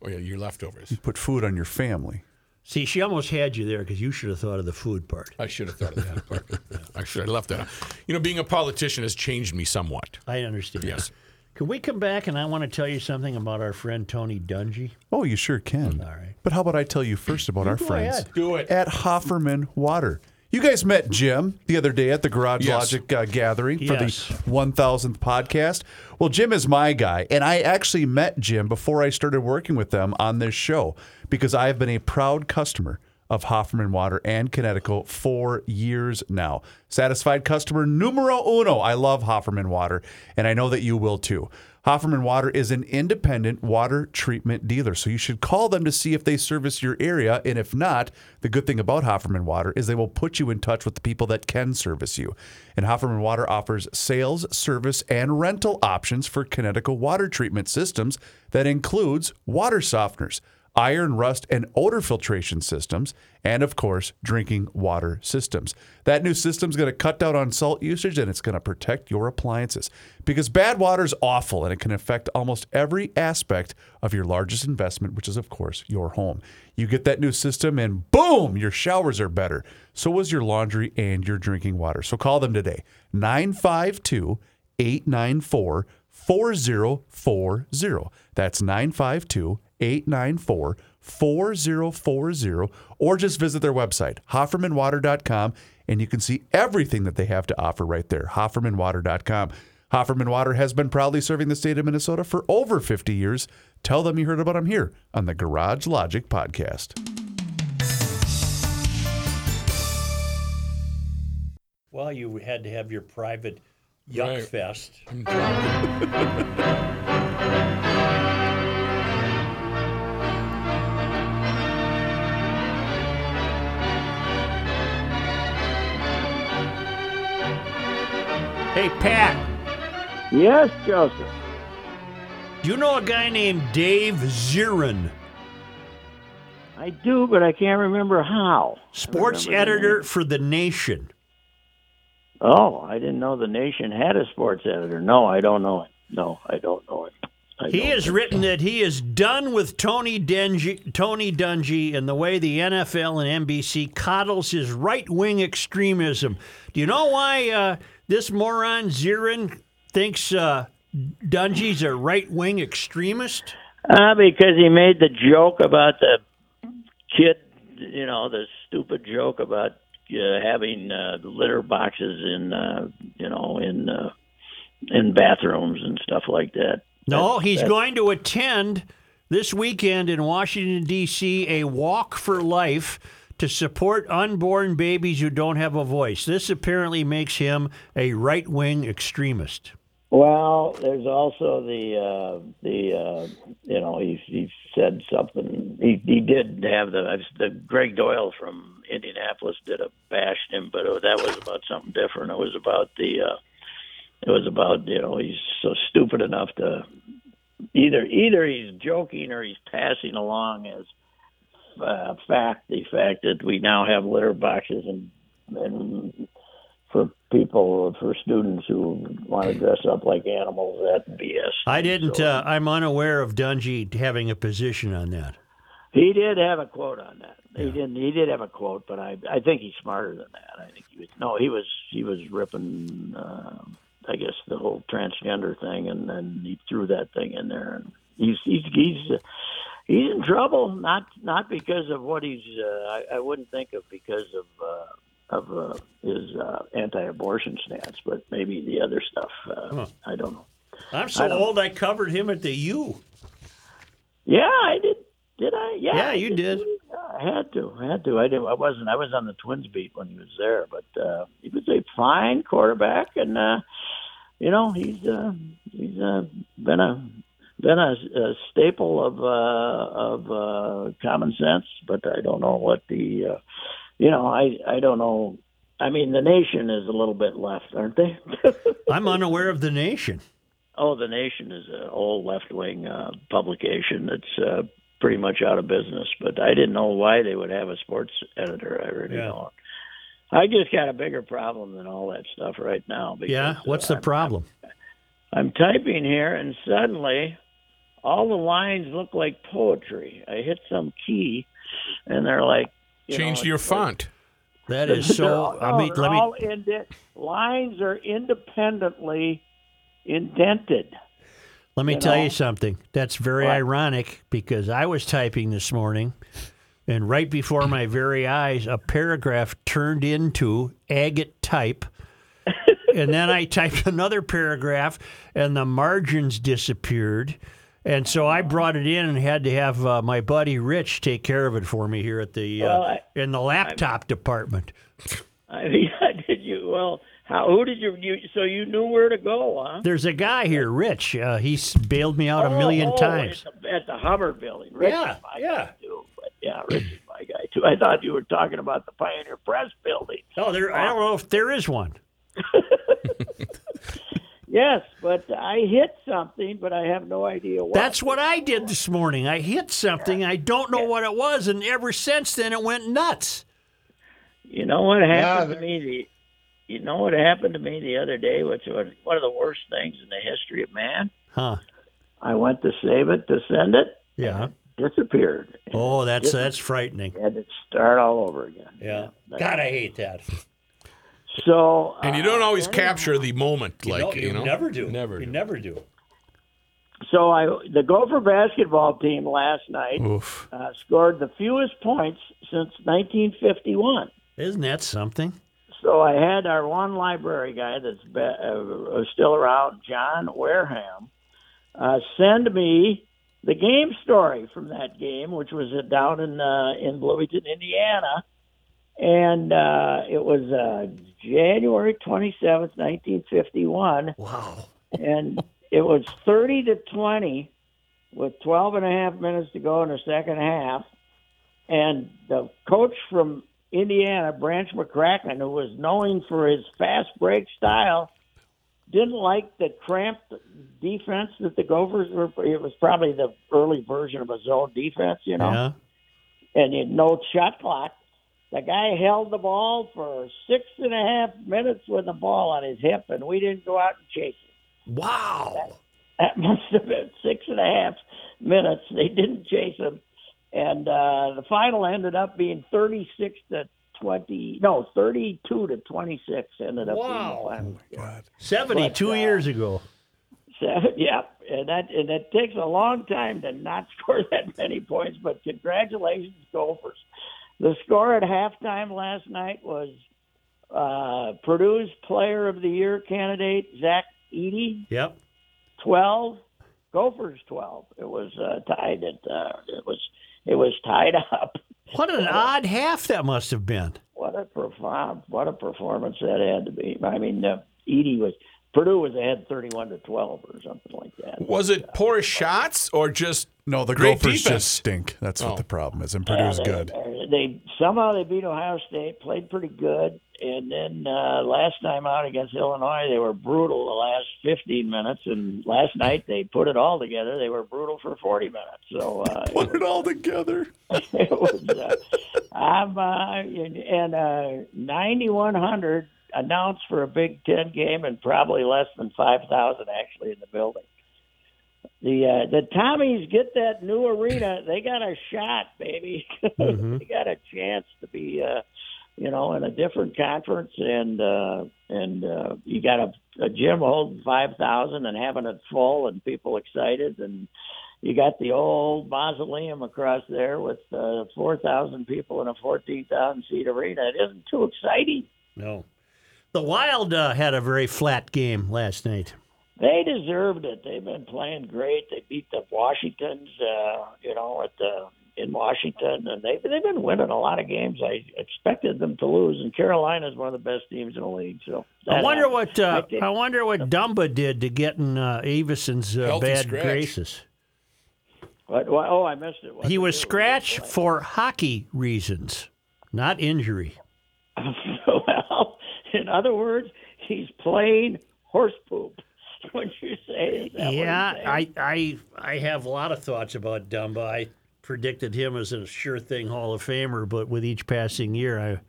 S3: or your leftovers.
S5: Put food on your family.
S2: See, she almost had you there because you should have thought of the food part.
S3: I should have thought of that part. I should have left that. out. You know, being a politician has changed me somewhat.
S2: I understand.
S3: Yes.
S2: Can we come back and I want to tell you something about our friend Tony Dungy?
S5: Oh, you sure can.
S2: All right.
S5: But how about I tell you first about our friends
S2: ahead.
S3: Do it.
S5: at Hofferman Water? You guys met Jim the other day at the Garage
S2: Yes.
S5: Logic uh, gathering for
S2: Yes.
S5: the 1000th podcast. Well, Jim is my guy, and I actually met Jim before I started working with them on this show because I have been a proud customer of Hoffman Water and Connecticut for years now. Satisfied customer numero uno. I love Hofferman Water, and I know that you will too. Hofferman Water is an independent water treatment dealer, so you should call them to see if they service your area. And if not, the good thing about Hofferman Water is they will put you in touch with the people that can service you. And Hofferman Water offers sales, service, and rental options for Connecticut water treatment systems that includes water softeners iron rust and odor filtration systems, and of course, drinking water systems. That new system's going to cut down on salt usage and it's going to protect your appliances because bad water is awful and it can affect almost every aspect of your largest investment, which is, of course, your home. You get that new system and boom, your showers are better. So was your laundry and your drinking water. So call them today 952 894 4040. That's 952 894 4040. Or just visit their website, HoffermanWater.com, and you can see everything that they have to offer right there. HoffermanWater.com. Hofferman Water has been proudly serving the state of Minnesota for over 50 years. Tell them you heard about them here on the Garage Logic Podcast.
S2: Well, you had to have your private yuck fest. hey, Pat.
S12: Yes, Joseph.
S2: Do you know a guy named Dave Zirin?
S12: I do, but I can't remember how.
S2: Sports editor for The Nation.
S12: Oh, I didn't know the Nation had a sports editor. No, I don't know it. No, I don't know it. I
S2: He has written that he is done with Tony Dungy, Tony Dungy and the way the NFL and NBC coddles his right wing extremism. Do you know why uh, this moron Zirin thinks uh, Dungy's a right wing extremist?
S12: Uh, because he made the joke about the kid, you know, the stupid joke about uh, having uh, litter boxes in, uh, you know, in uh, in bathrooms and stuff like that.
S2: No,
S12: That's-
S2: he's
S12: that's-
S2: going to attend this weekend in Washington, D.C., a walk for life to support unborn babies who don't have a voice. This apparently makes him a right wing extremist.
S12: Well, there's also the uh, the uh, you know he he said something he he did have the I've- the Greg Doyle from Indianapolis did a bashed him, but that was about something different. It was about the uh, it was about you know he's so stupid enough to either either he's joking or he's passing along as uh, fact the fact that we now have litter boxes and and for people for students who want to dress up like animals that BS.
S2: I didn't. Uh, I'm unaware of Dungy having a position on that.
S12: He did have a quote on that. He didn't. He did have a quote, but I I think he's smarter than that. I think he was no. He was he was ripping. Uh, I guess the whole transgender thing, and then he threw that thing in there, and he's he's he's. Uh, He's in trouble, not not because of what he's. Uh, I, I wouldn't think of because of uh, of uh, his uh, anti-abortion stance, but maybe the other stuff. Uh, I don't know.
S2: I'm so
S12: I don't-
S2: old. I covered him at the U.
S12: Yeah, I did. Did I? Yeah,
S2: Yeah,
S12: I
S2: you did.
S12: I had to. I had to. I did. I wasn't. I was on the Twins beat when he was there, but uh, he was a fine quarterback, and uh, you know he's uh, he's uh, been a been a, a staple of uh, of uh, common sense. But I don't know what the uh, you know I I don't know. I mean, the nation is a little bit left, aren't they?
S2: I'm unaware of the nation.
S12: Oh, the Nation is an old left-wing uh, publication that's uh, pretty much out of business. But I didn't know why they would have a sports editor. I really
S2: Yeah.
S12: don't. I just got a bigger problem than all that stuff right now. Because uh,
S2: Yeah. What's the problem?
S12: I'm typing here, and suddenly all the lines look like poetry. I hit some key, and they're like you know,
S3: Changed your
S12: it's like-
S3: font.
S2: That is
S12: They're
S2: so.
S12: all-
S2: I mean,
S12: no, they're
S2: let me.
S12: all inde- lines are independently indented.
S2: Let me
S12: you
S2: tell
S12: know.
S2: you something. That's very ironic because I was typing this morning And right before my very eyes, a paragraph turned into agate type. and then I typed another paragraph, and the margins disappeared. And so I brought it in and had to have uh, my buddy Rich take care of it for me here at the uh,
S12: Well, Oh, I-
S2: in the laptop department.
S12: I mean, did you? Well, how? Who did you, you? So you knew where to go, huh?
S2: There's a guy here, Rich. Uh, he's bailed me out a million
S12: Oh, oh,
S2: times.
S12: At the, at the Hubbard building. Rich
S2: Yeah,
S12: is my guy, too. But yeah, Rich is my guy, too. I thought you were talking about the Pioneer Press building.
S2: Oh, there. I don't know if there is one.
S12: Yes, but I hit something, but I have no idea what.
S2: That's what I did this morning. I hit something. I don't know what it was, and ever since then it went nuts.
S12: You know what happened to me? The, you know what happened to me the other day, which was one of the worst things in the history of man?
S2: Huh?
S12: I went to save it, to send it,
S2: Yeah.
S12: disappeared.
S2: Oh, that's that's frightening.
S12: Had to start all over again.
S2: Yeah. God, I hate that.
S12: So, uh,
S3: And you
S2: Oh,
S3: don't always capture the moment, like
S2: don't-
S3: you,
S2: you
S3: know.
S2: never do.
S3: Never.
S2: You never do.
S12: so I the Gopher basketball team last night
S3: Oof.
S12: uh, scored the fewest points since 1951.
S2: Isn't that something?
S12: So I had our one library guy that's be, uh, uh, still around, John Wareham, uh, send me the game story from that game, which was uh, down in uh, in Bloomington, Indiana, and uh, it was uh, January twenty seventh, nineteen fifty one.
S2: Wow!
S12: And it was thirty to twenty, with 12 and a half minutes to go in the second half, and the coach from Indiana, Branch McCracken, who was known for his fast break style, didn't like the cramped defense that the Gophers were. It was probably the early version of a zone defense, you know,
S2: Yeah.
S12: and you no shot clock. The guy held the ball for six and a half minutes with the ball on his hip, and we didn't go out and chase it.
S2: Wow.
S12: That must have been six and a half minutes. They didn't chase him, and uh, the final ended up being thirty-six to twenty. No, thirty-two to twenty-six ended up
S2: Wow.
S12: being the final.
S2: Seventy-two years ago.
S12: So, yep, and that and it takes a long time to not score that many points. But congratulations, Gophers. The score at halftime last night was uh, Purdue's Player of the Year candidate Zach Eady.
S2: Yep.
S12: 12 gophers 12 it was uh, tied at uh, it was it was tied up
S2: What an odd half that must have been.
S12: what a perform what a performance that had to be i mean uh, edie was purdue was ahead 31 to 12 or something like that
S3: Was it poor shots or just
S5: No, the
S3: great
S5: Gophers
S3: defense?
S5: just stink. That's
S3: Oh.
S5: what the problem is. And Purdue's
S12: Yeah, they-
S5: good.
S12: uh, They somehow they beat Ohio State, played pretty good, and then uh, last time out against Illinois, they were brutal the last 15 minutes, and last night they put it all together. They were brutal for 40 minutes. So uh, put it, all together. it was. Uh, I'm uh, and uh, 9100 announced for a Big Ten game, and probably less than 5,000 actually in the building. The uh, the Tommies get that new arena. They got a shot, baby. they got a chance to be, uh, you know, in a different conference, and uh, and uh, you got a, a gym holding five thousand and having it full and people excited, and you got the old mausoleum across there with uh, four thousand people in a fourteen thousand seat arena. It isn't too exciting.
S2: No. The Wild uh, had a very flat game last night.
S12: They deserved it. They've been playing great. They beat the Washingtons, uh, you know, at the in Washington, and they they've been winning a lot of games. I expected them to lose, and Carolina's one of the best teams in the league. So
S2: I
S12: that
S2: wonder
S12: happened.
S2: what uh,
S12: I think-
S2: I wonder what Dumba did to get in uh, Avison's uh,
S12: Healthy
S2: bad
S12: scratch.
S2: graces.
S12: What, what, oh, I missed it. What
S2: he
S12: did
S2: was
S12: do?
S2: scratched for hockey reasons, not injury.
S12: well, in other words, he's playing horse poop. What you say? Is that what
S2: yeah,
S12: he's saying?
S2: I, I I have a lot of thoughts about Dumba. I predicted him as a sure thing Hall of Famer, but with each passing year, I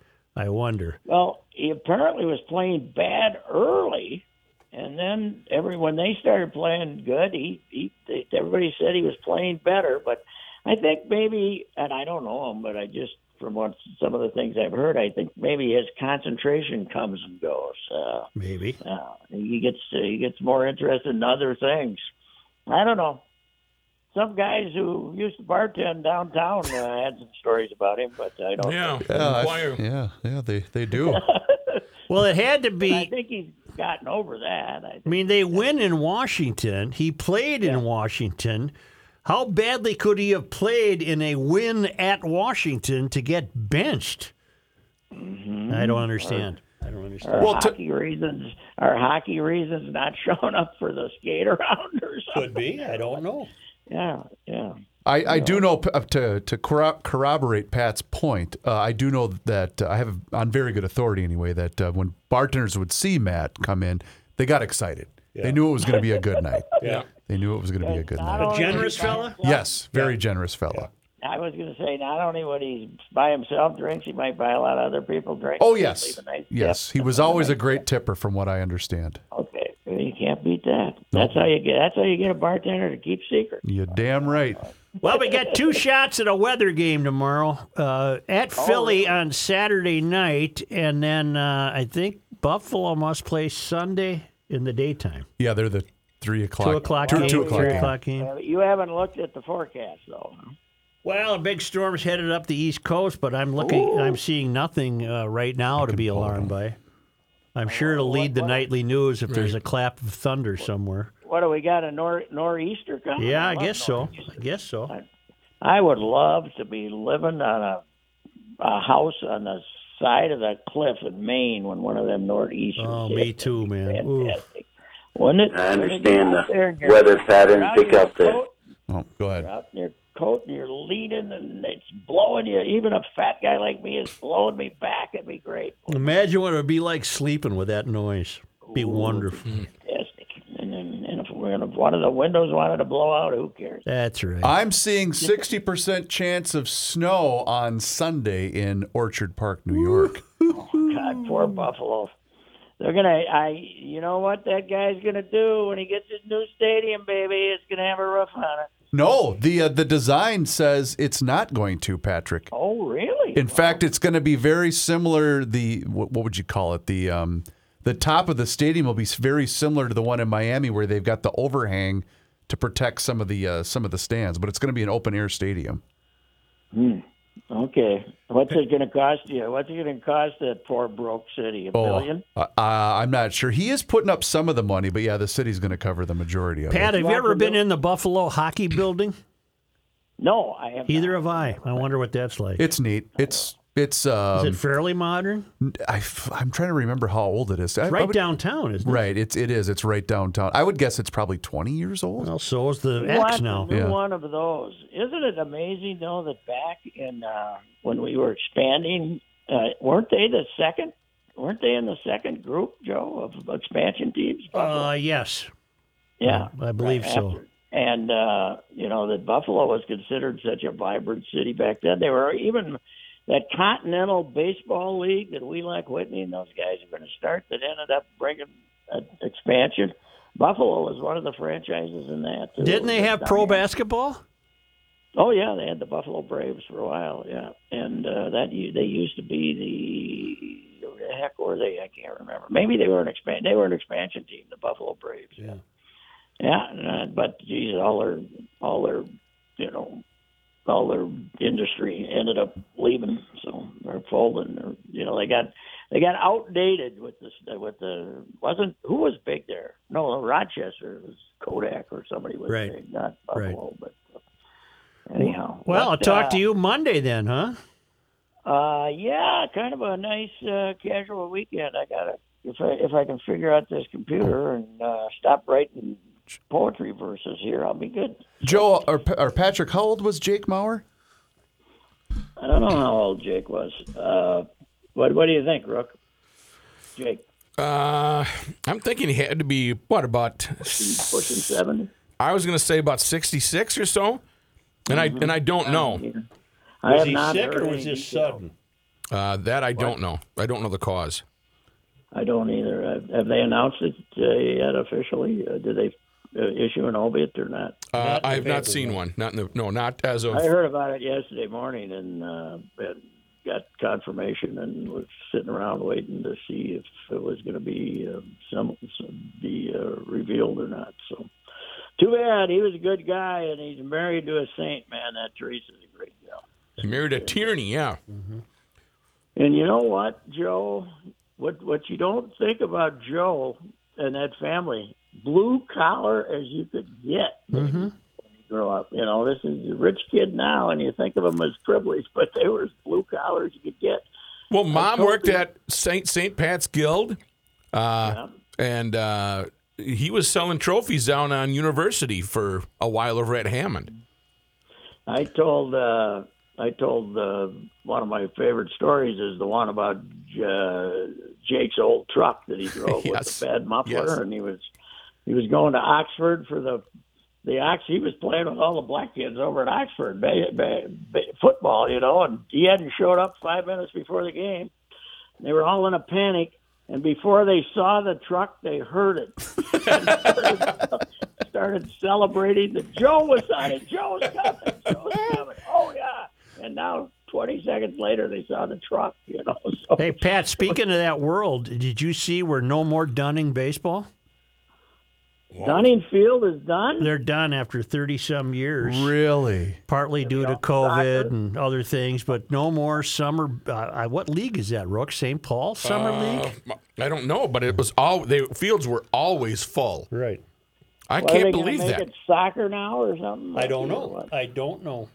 S2: I wonder.
S12: Well, he apparently was playing bad early, and then every when they started playing good, he, he they, everybody said he was playing better. But I think maybe, and I don't know him, but I just from what some of the things I've heard, I think maybe his concentration comes and goes. Uh,
S2: Maybe
S12: uh, he gets he gets more interested in other things. I don't know. some guys who used to bartend downtown uh, had some stories about him, but I don't.
S3: Oh,
S5: yeah, I- yeah, yeah. They they do.
S2: Well, it had to
S12: But
S2: be.
S12: I think he's gotten over that. I,
S2: I mean, they win in Washington. He played in Washington. How badly could he have played in a win at Washington to get benched? I don't understand. I don't
S12: our
S2: understand. Well, to-
S12: hockey reasons, our hockey reasons not showing up for the skate around or
S2: Could
S12: something.
S2: be. I don't know.
S12: Yeah, yeah.
S5: I, I do know uh, to to corro- corroborate Pat's point. Uh, I do know that uh, I have on very good authority anyway that uh, when bartenders would see Matt come in, they got excited. They knew it was going to be a good night.
S12: Yeah.
S5: they knew it was going to be a good
S12: Not
S5: night.
S12: only was he by
S5: Yes, very generous fella.
S12: I was going to say, not only would he by himself drinks, he might buy a lot of other people drinks.
S5: Oh
S12: He'd
S5: yes,
S12: leave a Oh, nice
S5: yes. He was always a great tipper, from what I understand.
S12: Okay, you can't beat that. That's how you get. That's how you get a bartender to keep secrets.
S5: You damn right.
S2: Well, we got two shots at a weather game tomorrow uh, at Philly on Saturday night, and then uh, I think Buffalo must play Sunday in the daytime.
S5: Yeah, they're the three o'clock,
S2: Two o'clock
S5: two,
S2: game,
S5: two o'clock,
S2: three
S5: game.
S2: o'clock game.
S12: Uh, You haven't looked at the forecast though.
S2: Well, a big storm's headed up the east coast, but I'm looking, I'm seeing nothing uh, right now to be alarmed by. I'm sure it'll lead the nightly news if there's a clap of thunder somewhere.
S12: What do we got? A nor nor'easter coming?
S2: Yeah, I
S12: love
S2: guess so. I guess so.
S12: I would love to be living on a a house on the side of the cliff in Maine when one of them nor'easters.
S2: Oh,
S12: hit.
S2: me too, man. Ooh.
S12: Wouldn't it?
S13: I understand the weather patterns pick up there.
S5: Oh, go ahead.
S12: You're out in your coat and you're leaning and it's blowing you. Even a fat guy like me is blowing me back. It'd be great.
S2: Imagine what it would be like sleeping with that noise. Be wonderful.
S12: Fantastic. And then and if, we're gonna, if one of the windows wanted to blow out, who cares?
S2: That's right.
S5: I'm seeing sixty percent chance of snow on Sunday in Orchard Park, New York.
S12: God, poor Buffalo. They're gonna. I. You know what that guy's gonna do when he gets his new stadium, baby? It's gonna have a roof on it.
S5: No, the uh, the design says it's not going to, Patrick.
S12: Oh, really?
S5: In fact, it's going to be very similar. The what, what would you call it? The um, the top of the stadium will be s- very similar to the one in Miami, where they've got the overhang to protect some of the uh, some of the stands. But it's going to be an open air stadium.
S12: Hmm. Okay. What's it gonna cost you? What's it gonna cost that poor broke city? A billion?
S5: uh, uh, I'm not sure. He is putting up some of the money, but yeah, the city's going to cover the majority of
S2: Pat,
S5: it.
S2: have you ever been in the Buffalo hockey building?
S12: No, I have.
S2: Either have I. I wonder what that's like.
S5: It's neat. It's it's. Um,
S2: Is it fairly modern?
S5: I, am trying to remember how old it is. I- I
S2: right
S5: would-
S2: downtown, isn't it?
S5: Right, it's it is. It's right downtown. I would guess it's probably twenty years old.
S2: Well, so is the
S12: What's a new one of those? Isn't it amazing though that back in uh, when we were expanding, uh, weren't they the second? Weren't they in the second group, Joe, of expansion teams?
S2: Uh, yes.
S12: Yeah,
S2: I believe
S12: right
S2: so.
S12: after. And uh, you know that Buffalo was considered such a vibrant city back then. They were even that Continental Baseball League that we like Whitney and those guys are going to start that ended up bringing an expansion. Buffalo was one of the franchises in that. too.
S2: Didn't they have pro basketball?
S12: Oh yeah, they had the Buffalo Braves for a while. Yeah, and uh, that u- they used to be the who the heck were they? I can't remember. Maybe they were an expand. They were an expansion team, the Buffalo Braves.
S2: Yeah.
S12: Yeah, and, uh, but geez, all their all their you know all their industry ended up leaving, so they're folding. Or, you know, they got they got outdated with this with the wasn't who was big there? No, Rochester it was Kodak or somebody was
S2: Right.
S12: big, not
S2: Right.
S12: Buffalo, but. Anyhow,
S2: Well, I'll
S12: but,
S2: talk
S12: uh,
S2: to you Monday then, huh?
S12: Uh, yeah, kind of a nice uh, casual weekend. I gotta if I if I can figure out this computer and uh, stop writing poetry verses here, I'll be good.
S5: Joe or, Pa- or Patrick, how old was Jake Maurer?
S12: I don't know how old Jake was. Uh, what what do you think, Rook? Jake,
S3: Uh, I'm thinking he had to be what about
S12: pushing seven.
S3: I was gonna say about 66 or so, and I and I don't know.
S12: I Was have he not sick heard or was any this detail.
S2: sudden?
S3: Uh, that I don't know. I don't know the cause.
S12: I don't either. Have- Have they announced it uh, yet officially? Uh, did they uh, issue an obit or not?
S3: Uh, I have not seen one. Not in the, no, not as of.
S12: I heard about it yesterday morning and, uh, and got confirmation and was sitting around waiting to see um, if it was going to be uh, some, some be uh, revealed or not. So Too bad. He was a good guy, and he's married to a saint, man. That Teresa's a great girl.
S3: He married a Tierney, yeah.
S12: And you know what, Joe? What what you don't think about Joe and that family? Blue collar as you could get.
S2: Mm-hmm.
S12: grow up. You know, this is a rich kid now, and you think of them as privileged, but they were as blue collars you could get.
S3: Well, mom worked at Saint Saint Pat's Guild, uh, and uh, he was selling trophies down on University for a while over at Hammond.
S12: I told uh, I told uh, one of my favorite stories is the one about uh, Jake's old truck that he drove with
S3: Yes.
S12: the bad muffler,
S3: Yes.
S12: and he was he was going to Oxford for the the Ox. He was playing with all the black kids over at Oxford ba- ba- ba- football, you know, and he hadn't showed up five minutes before the game. They were all in a panic, and before they saw the truck, they heard it. started, started celebrating that Joe was on it. Joe's coming. Joe's coming. Oh yeah! And now, twenty seconds later, they saw the truck. You know. So,
S2: Hey, Pat, speaking of that world, did you see we're no more Dunning baseball?
S12: Dunning Field is done?
S2: They're done after 30 some years.
S5: Really?
S2: Partly due to COVID and other things, but no more summer. Uh, uh, what league is that, Rook? St. Paul Summer
S3: Uh,
S2: League?
S3: I don't know, but it was all the fields were always full.
S2: Right.
S3: I
S12: Well, are
S3: can't
S12: they gonna
S3: believe
S12: make
S3: that.
S12: It soccer now or something?
S2: I don't
S12: You
S2: know.
S12: what? Mm-hmm.
S2: I don't know.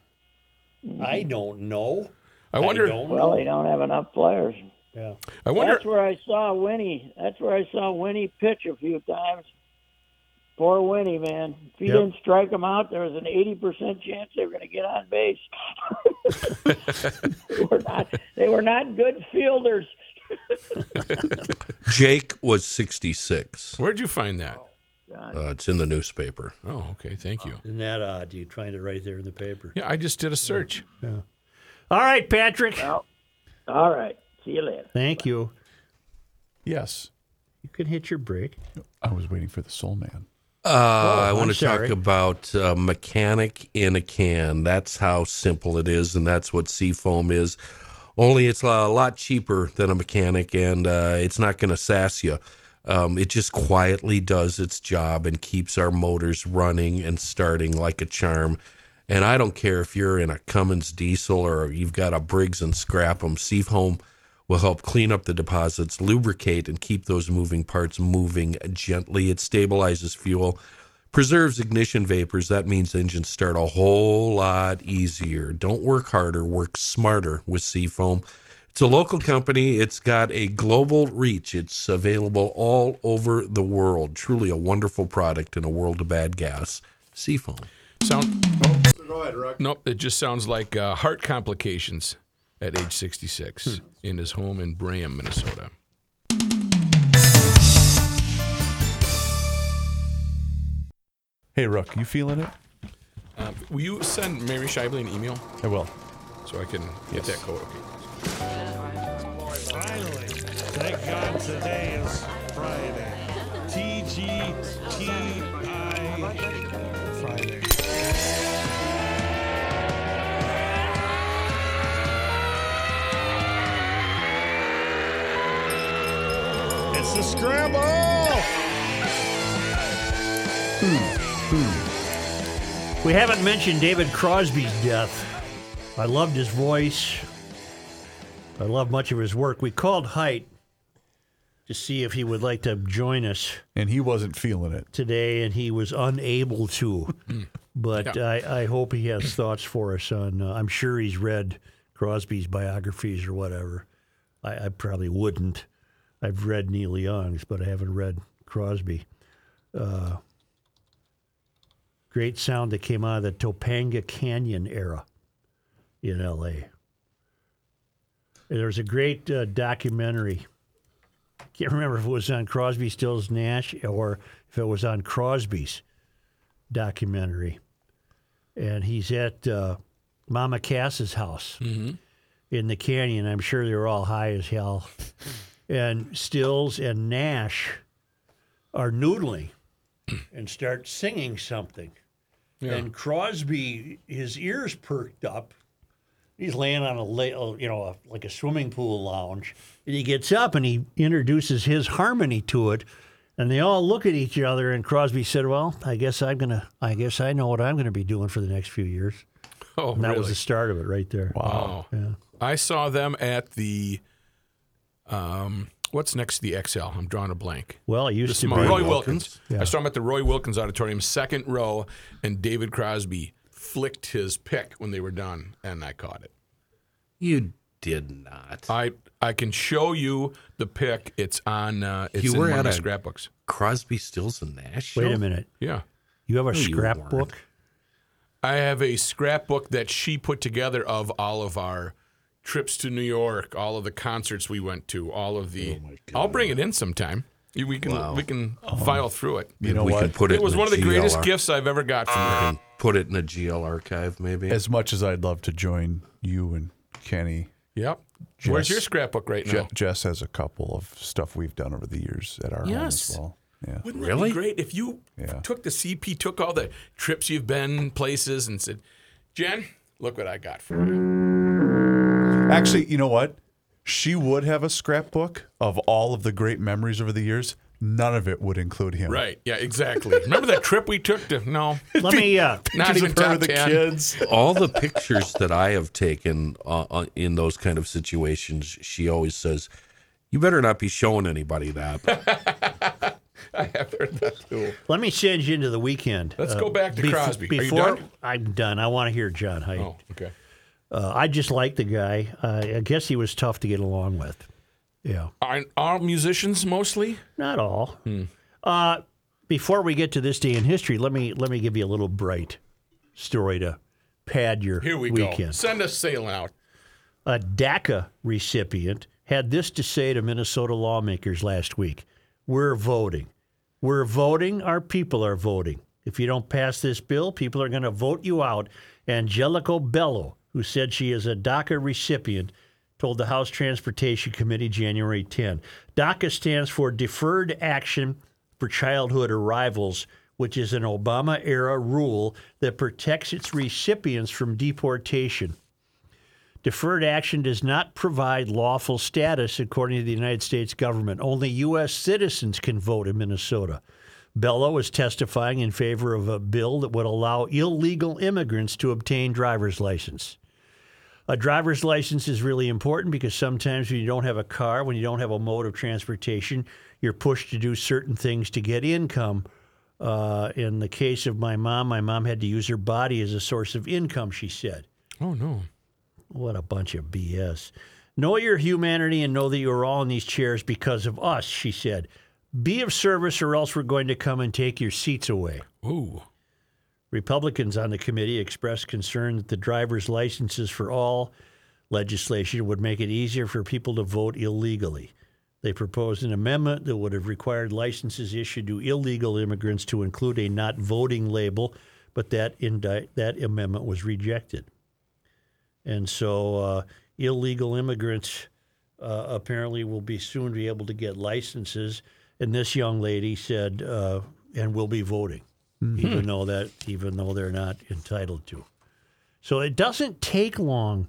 S2: I don't know.
S3: I wonder-
S2: don't
S12: Well, they
S2: know.
S12: don't have enough players.
S2: Yeah.
S3: I wonder-
S12: That's where I saw Winnie. That's where I saw Winnie pitch a few times. Poor Winnie, man. If he
S2: Yep.
S12: didn't strike him out, there was an eighty percent chance they were going to get on base. they were not. They were not good fielders.
S6: Jake was 66.
S3: Where'd you find that?
S6: Uh, it's in the newspaper.
S3: Oh, okay. Thank you.
S2: Isn't that odd? You find it right there in the paper.
S3: Yeah, I just did a search.
S2: Yeah. All right, Patrick.
S12: All right. See you later.
S2: Thank you.
S5: Yes.
S2: You can hit your break.
S5: I was waiting for the Soul Man.
S6: Uh, I
S5: Oh, I'm
S6: want to talk
S5: sorry.
S6: about uh, mechanic in a can. That's how simple it is, and that's what seafoam is. Only it's a lot cheaper than a mechanic, and uh, it's not going to sass you. Um, it just quietly does its job and keeps our motors running and starting like a charm. And I don't care if you're in a Cummins diesel or you've got a Briggs and Scrapham. Seafoam will help clean up the deposits, lubricate, and keep those moving parts moving gently. It stabilizes fuel, preserves ignition vapors. That means engines start a whole lot easier. Don't work harder, work smarter with Seafoam. It's a local company. It's got a global reach. It's available all over the world. Truly a wonderful product in a world of bad gas. Seafoam.
S3: Sound. Nope, it just sounds like uh, heart complications at age 66
S12: Hmm.
S3: in his home in Bram, Minnesota.
S5: Hey, Rook, you feeling it?
S3: Um, will you send Mary Shively an email
S5: I will.
S3: so I can get that code? Okay.
S14: Finally, thank God today is Friday. TGTI Friday. It's the scramble!
S2: We haven't mentioned David Crosby's death. I loved his voice. I love much of his work. We called Height to see if he would like to join us
S5: And he wasn't feeling it.
S2: today, and he was unable to. But I, I hope he has thoughts for us on. Uh, I'm sure he's read Crosby's biographies or whatever. I, I probably wouldn't. I've read Neil Young's, but I haven't read Crosby. Uh, great sound that came out of the Topanga Canyon era in L.A. There's a great uh, documentary. Can't remember if it was on Crosby, Stills, Nash, or if it was on Crosby's documentary. And he's at uh, Mama Cass's house in the canyon. I'm sure they were all high as hell. and Stills and Nash are noodling and start singing something.
S3: Yeah.
S2: And Crosby, his ears perked up. He's laying on a, la- you know, a, like a swimming pool lounge, and he gets up and he introduces his harmony to it, And they all look at each other, and Crosby said, "Well, I guess I'm gonna. I guess I know what I'm gonna be doing for the next few years."
S3: Oh,
S2: and that was
S3: really?
S2: the start of it, right there.
S3: Wow.
S2: Yeah.
S3: Oh. I saw them at the um what's next to the XL? I'm drawing a blank.
S2: Well, it used
S3: The
S2: to
S3: small-
S2: be
S3: Roy Wilkins.
S2: Yeah.
S3: I saw him at the Roy Wilkins Auditorium, second row, and David Crosby flicked his pick when they were done, and I caught it.
S6: You did not.
S3: I I can show you the pick. It's on. Uh, it's
S6: You
S3: in
S6: were
S3: one of
S6: at
S3: my
S6: a
S3: scrapbooks.
S6: Crosby, Stills, and Nash.
S2: Wait
S6: show?
S2: a minute.
S3: Yeah.
S2: You have a
S6: No, you
S2: scrapbook.
S3: I have a scrapbook that she put together of all of our trips to New York, all of the concerts we went to, all of the.
S5: Oh
S3: I'll bring it in sometime. You- We can we can file through it.
S6: You know we can put it.
S3: It was
S6: in
S3: one of the greatest
S6: GLR.
S3: gifts I've ever got from her.
S5: Ah.
S6: We can Put it in a GL archive, maybe.
S5: As much as I'd love to join you and Kenny.
S3: Yep. Where's your scrapbook right
S5: Je-
S3: now?
S5: Jess has a couple of stuff we've done over the years at our home as
S3: Yes.
S5: well. Yeah.
S3: Wouldn't that be great if you
S5: Yeah.
S3: took the CP, took all the trips you've been places, and said, "Jen, look what I got for
S5: Actually, you know what? She would have a scrapbook of all of the great memories over the years. None of it would include him.
S3: Right. Yeah, exactly. Remember that trip we took to no.
S2: Let me, uh,
S3: not
S5: pictures
S3: even
S5: of her
S3: top
S5: with the
S3: 10.
S5: kids.
S6: All the pictures that I have taken uh, uh, in those kind of situations, she always says, "You better not be showing anybody that."
S3: I have heard that too.
S2: Let me send you into the weekend. Uh,
S3: Let's go back to Crosby. Are you
S2: Before
S3: done?
S2: I'm done, I want to hear John Haidt.
S3: Oh, okay.
S2: Uh, I just like the guy. Uh, I guess he was tough to get along with. Yeah,
S3: Are, are musicians mostly?
S2: not all.
S3: Hmm.
S2: Uh, before we get to this day in history, let me let me give you a little bright story to pad your
S3: Here we go.
S2: weekend.
S3: Send us sailing out.
S2: A DACA recipient had this to say to Minnesota lawmakers last week We're voting. We're voting. Our people are voting. If you don't pass this bill, people are going to vote you out. Angelico Bello, who said she is a DACA recipient, told the House Transportation Committee January 10. DACA stands for Deferred Action for Childhood Arrivals, which is an Obama era rule that protects its recipients from deportation. Deferred action does not provide lawful status, according to the United States government. Only U.S. citizens can vote in Minnesota. Bello is testifying in favor of a bill that would allow illegal immigrants to obtain driver's license. A driver's license is really important because sometimes when you don't have a car, when you don't have a mode of transportation, you're pushed to do certain things to get income. Uh, in the case of my mom, my mom had to use her body as a source of income, she said.
S3: Oh no.
S2: What a bunch of BS. Know your humanity and know that you are all in these chairs because of us, she said. Be of service or else we're going to come and take your seats away.
S3: Ooh.
S2: Republicans on the committee expressed concern that the driver's licenses for all legislation would make it easier for people to vote illegally. They proposed an amendment that would have required licenses issued to illegal immigrants to include a not voting label, but that, indi- that amendment was rejected. And so uh, illegal immigrants uh, apparently will be soon be able to get licenses. And this young lady said, uh, and will be voting, even though that even though they're not entitled to. So it doesn't take long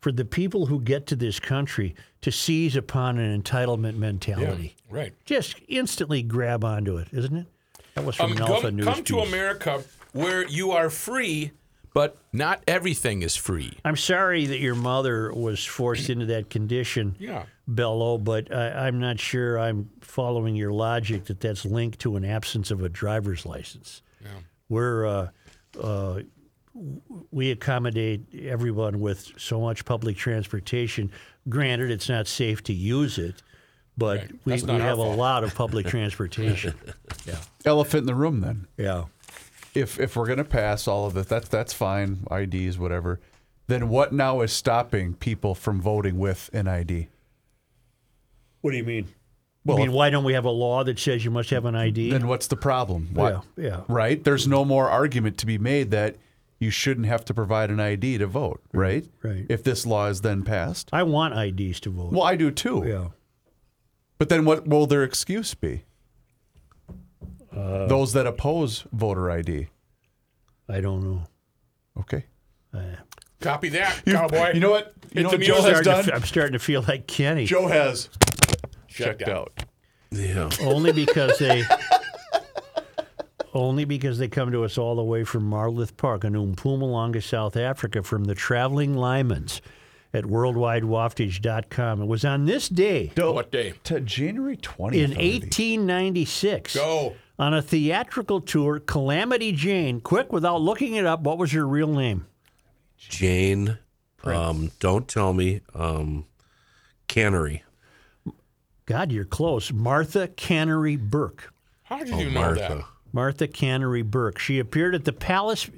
S2: for the people who get to this country to seize upon an entitlement mentality.
S3: Right.
S2: Just instantly grab onto it, isn't it? That was from
S3: Um,
S2: an Alpha
S3: come,
S2: News.
S3: come to
S2: piece.
S3: America where you are free, but not everything is free.
S2: I'm sorry that your mother was forced into that condition,
S3: Yeah.
S2: Bello, but I, I'm not sure I'm following your logic that that's linked to an absence of a driver's license. Yeah. We're, uh, uh, w- we accommodate everyone with so much public transportation. Granted, it's not safe to use it, but we,
S5: That's
S2: we
S5: not our
S2: have a
S5: fault.
S2: lot of public transportation. yeah.
S5: Elephant in the room, then.
S2: Yeah.
S5: If if we're gonna pass all of this, that's that's fine. IDs, whatever. Then what now is stopping people from voting with an ID?
S2: What do you mean?
S5: Well,
S2: I mean, why don't we have a law that says you must have an ID?
S5: Then what's the problem? Why-
S2: Yeah, yeah.
S5: Right? There's no more argument to be made that you shouldn't have to provide an ID to vote, right?
S2: Right.
S5: If this law is then passed.
S2: I want IDs to vote.
S5: Well, I do too.
S2: Yeah.
S5: But then what will their excuse be? Uh, Those that oppose voter ID.
S2: I don't know.
S5: Okay.
S3: Copy that,
S5: You-
S3: cowboy.
S5: you know what- you
S3: Hit
S5: know
S3: the
S5: what
S3: mule
S5: Joe
S3: has
S5: has
S2: starting to
S3: done.
S2: f- I'm starting to feel like Kenny.
S5: Joe has
S3: Checked out.
S6: Yeah.
S2: Only because they only because they come to us all the way from Marloth Park in Mpumalanga, South Africa, from the traveling Lymans at worldwidewaftage.com. It was on this day.
S3: what day?
S5: To January 20th.
S2: In
S5: already.
S2: 1896.
S3: Go.
S2: On a theatrical tour, Calamity Jane, quick without looking it up, what was her real name?
S6: Jane, um, don't tell me, um, Cannery.
S2: God, you're close. Martha Cannery Burke.
S3: How did
S6: Oh,
S3: you know
S6: Martha.
S3: that?
S2: Martha Cannery Burke. She appeared at the Palace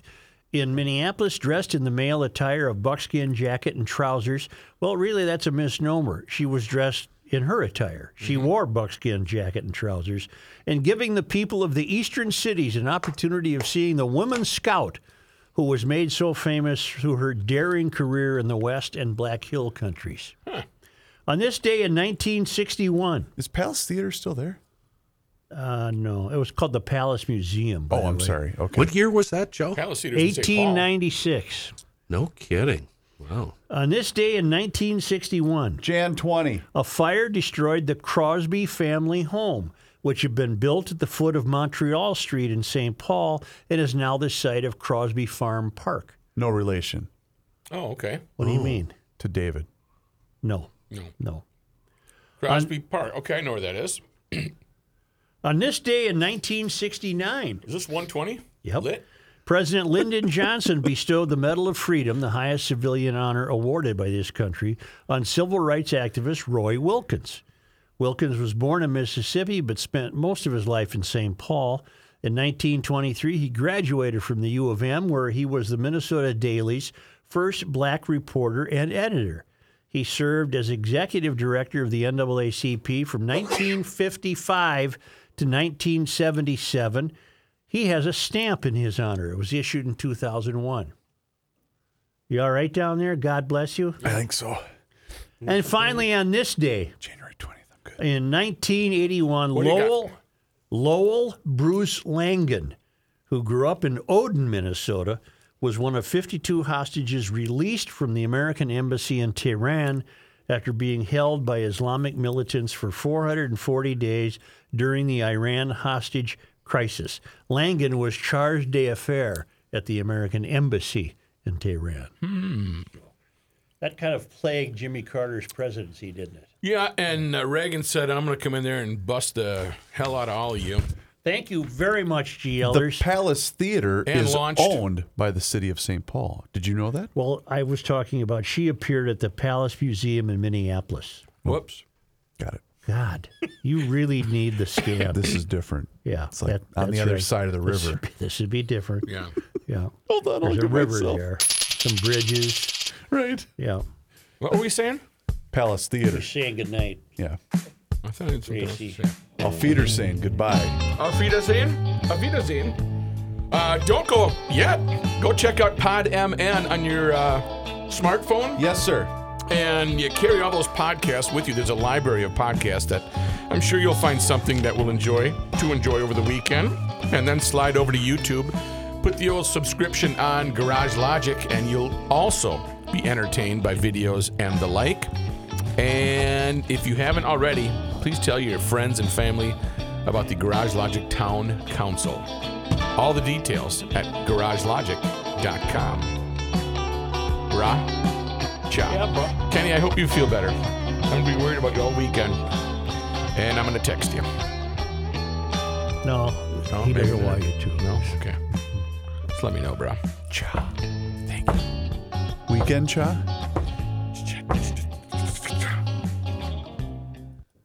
S2: in Minneapolis dressed in the male attire of buckskin jacket and trousers. Well, really, that's a misnomer. She was dressed in her attire. She
S5: Mm-hmm.
S2: wore buckskin jacket and trousers, and giving the people of the eastern cities an opportunity of seeing the woman scout who was made so famous through her daring career in the West and Black Hill countries. On this day in 1961.
S5: Is Palace Theater still there?
S2: Uh, no, it was called the Palace Museum. by
S5: Oh,
S2: the
S5: I'm
S2: way.
S5: sorry. Okay.
S6: What year was that, Joe?
S3: Palace Theater's in St. Paul.
S2: 1896.
S6: No kidding. Wow.
S2: On this day in 1961,
S5: Jan 20,
S2: a fire destroyed the Crosby family home, which had been built at the foot of Montreal Street in St. Paul and is now the site of Crosby Farm Park.
S5: No relation
S3: Oh, okay.
S2: What do you mean?
S5: to David.
S2: No,
S3: No.
S2: no.
S3: Crosby Park. Okay, I know where that is.
S2: On this day in 1969,
S3: Is this 120?
S2: Yep.
S3: Lit?
S2: President Lyndon Johnson bestowed the Medal of Freedom, the highest civilian honor awarded by this country, on civil rights activist Roy Wilkins. Wilkins was born in Mississippi but spent most of his life in St. Paul. In 1923, he graduated from the U of M, where he was the Minnesota Daily's first black reporter and editor. He served as executive director of the NAACP from 1955 to 1977. He has a stamp in his honor. It was issued in 2001. You all right down there? God bless you.
S5: I think so.
S2: And finally, on this day,
S5: January 20th. I'm good.
S2: in 1981,
S3: What do you got?
S2: Lowell, Lowell Bruce Langan, who grew up in Odin, Minnesota, was one of 52 hostages released from the American embassy in Tehran after being held by Islamic militants for 440 days during the Iran hostage crisis. Langan was charged d'affaires at the American embassy in Tehran.
S3: Hmm.
S2: That kind of plagued Jimmy Carter's presidency, didn't it?
S3: Yeah, and uh, Reagan said, I'm going to come in there and bust the hell out of all of you.
S2: Thank you very much,
S5: The
S2: GLers.
S5: Palace Theater
S3: And
S5: is
S3: launched.
S5: owned by the city of St. Paul. Did you know that?
S2: well, I was talking about she appeared at the Palace Museum in Minneapolis.
S3: Whoops.
S5: Got it.
S2: God, you really need the scan.
S5: This is different.
S2: yeah,
S5: It's like
S2: that-
S5: on the
S2: that's
S5: other
S2: right.
S5: side of the
S2: This
S5: river.
S2: would be- This would be different.
S3: Yeah.
S2: Yeah.
S5: Hold on, I'll
S2: There's a
S5: get
S2: river
S5: myself.
S2: there, some bridges.
S5: Right.
S2: Yeah.
S3: What were we saying?
S5: Palace Theater.
S2: Saying goodnight,
S5: Yeah.
S3: I thought it's
S2: Tracy.
S5: Our feet are saying goodbye.
S3: Auf Wiedersehen. Auf Wiedersehen. Uh, don't go yet. Go check out Pod MN on your uh, smartphone.
S5: Yes, sir.
S3: And you carry all those podcasts with you. There's a library of podcasts that I'm sure you'll find something that will enjoy to enjoy over the weekend. And then slide over to YouTube, put the old subscription on Garage Logic, and you'll also be entertained by videos and the like. And if you haven't already, please tell your friends and family about the Garage Logic Town Council. All the details at garagelogic.com. Ra. Ciao. Kenny, I hope you feel better. I'm gonna be worried about you all weekend. And I'm gonna text you.
S2: No,
S3: Oh,
S2: he doesn't
S3: maybe
S2: want you
S3: not.
S2: to.
S3: No? Okay. Just let me know, bro. Ciao. Thank you.
S5: Weekend cha?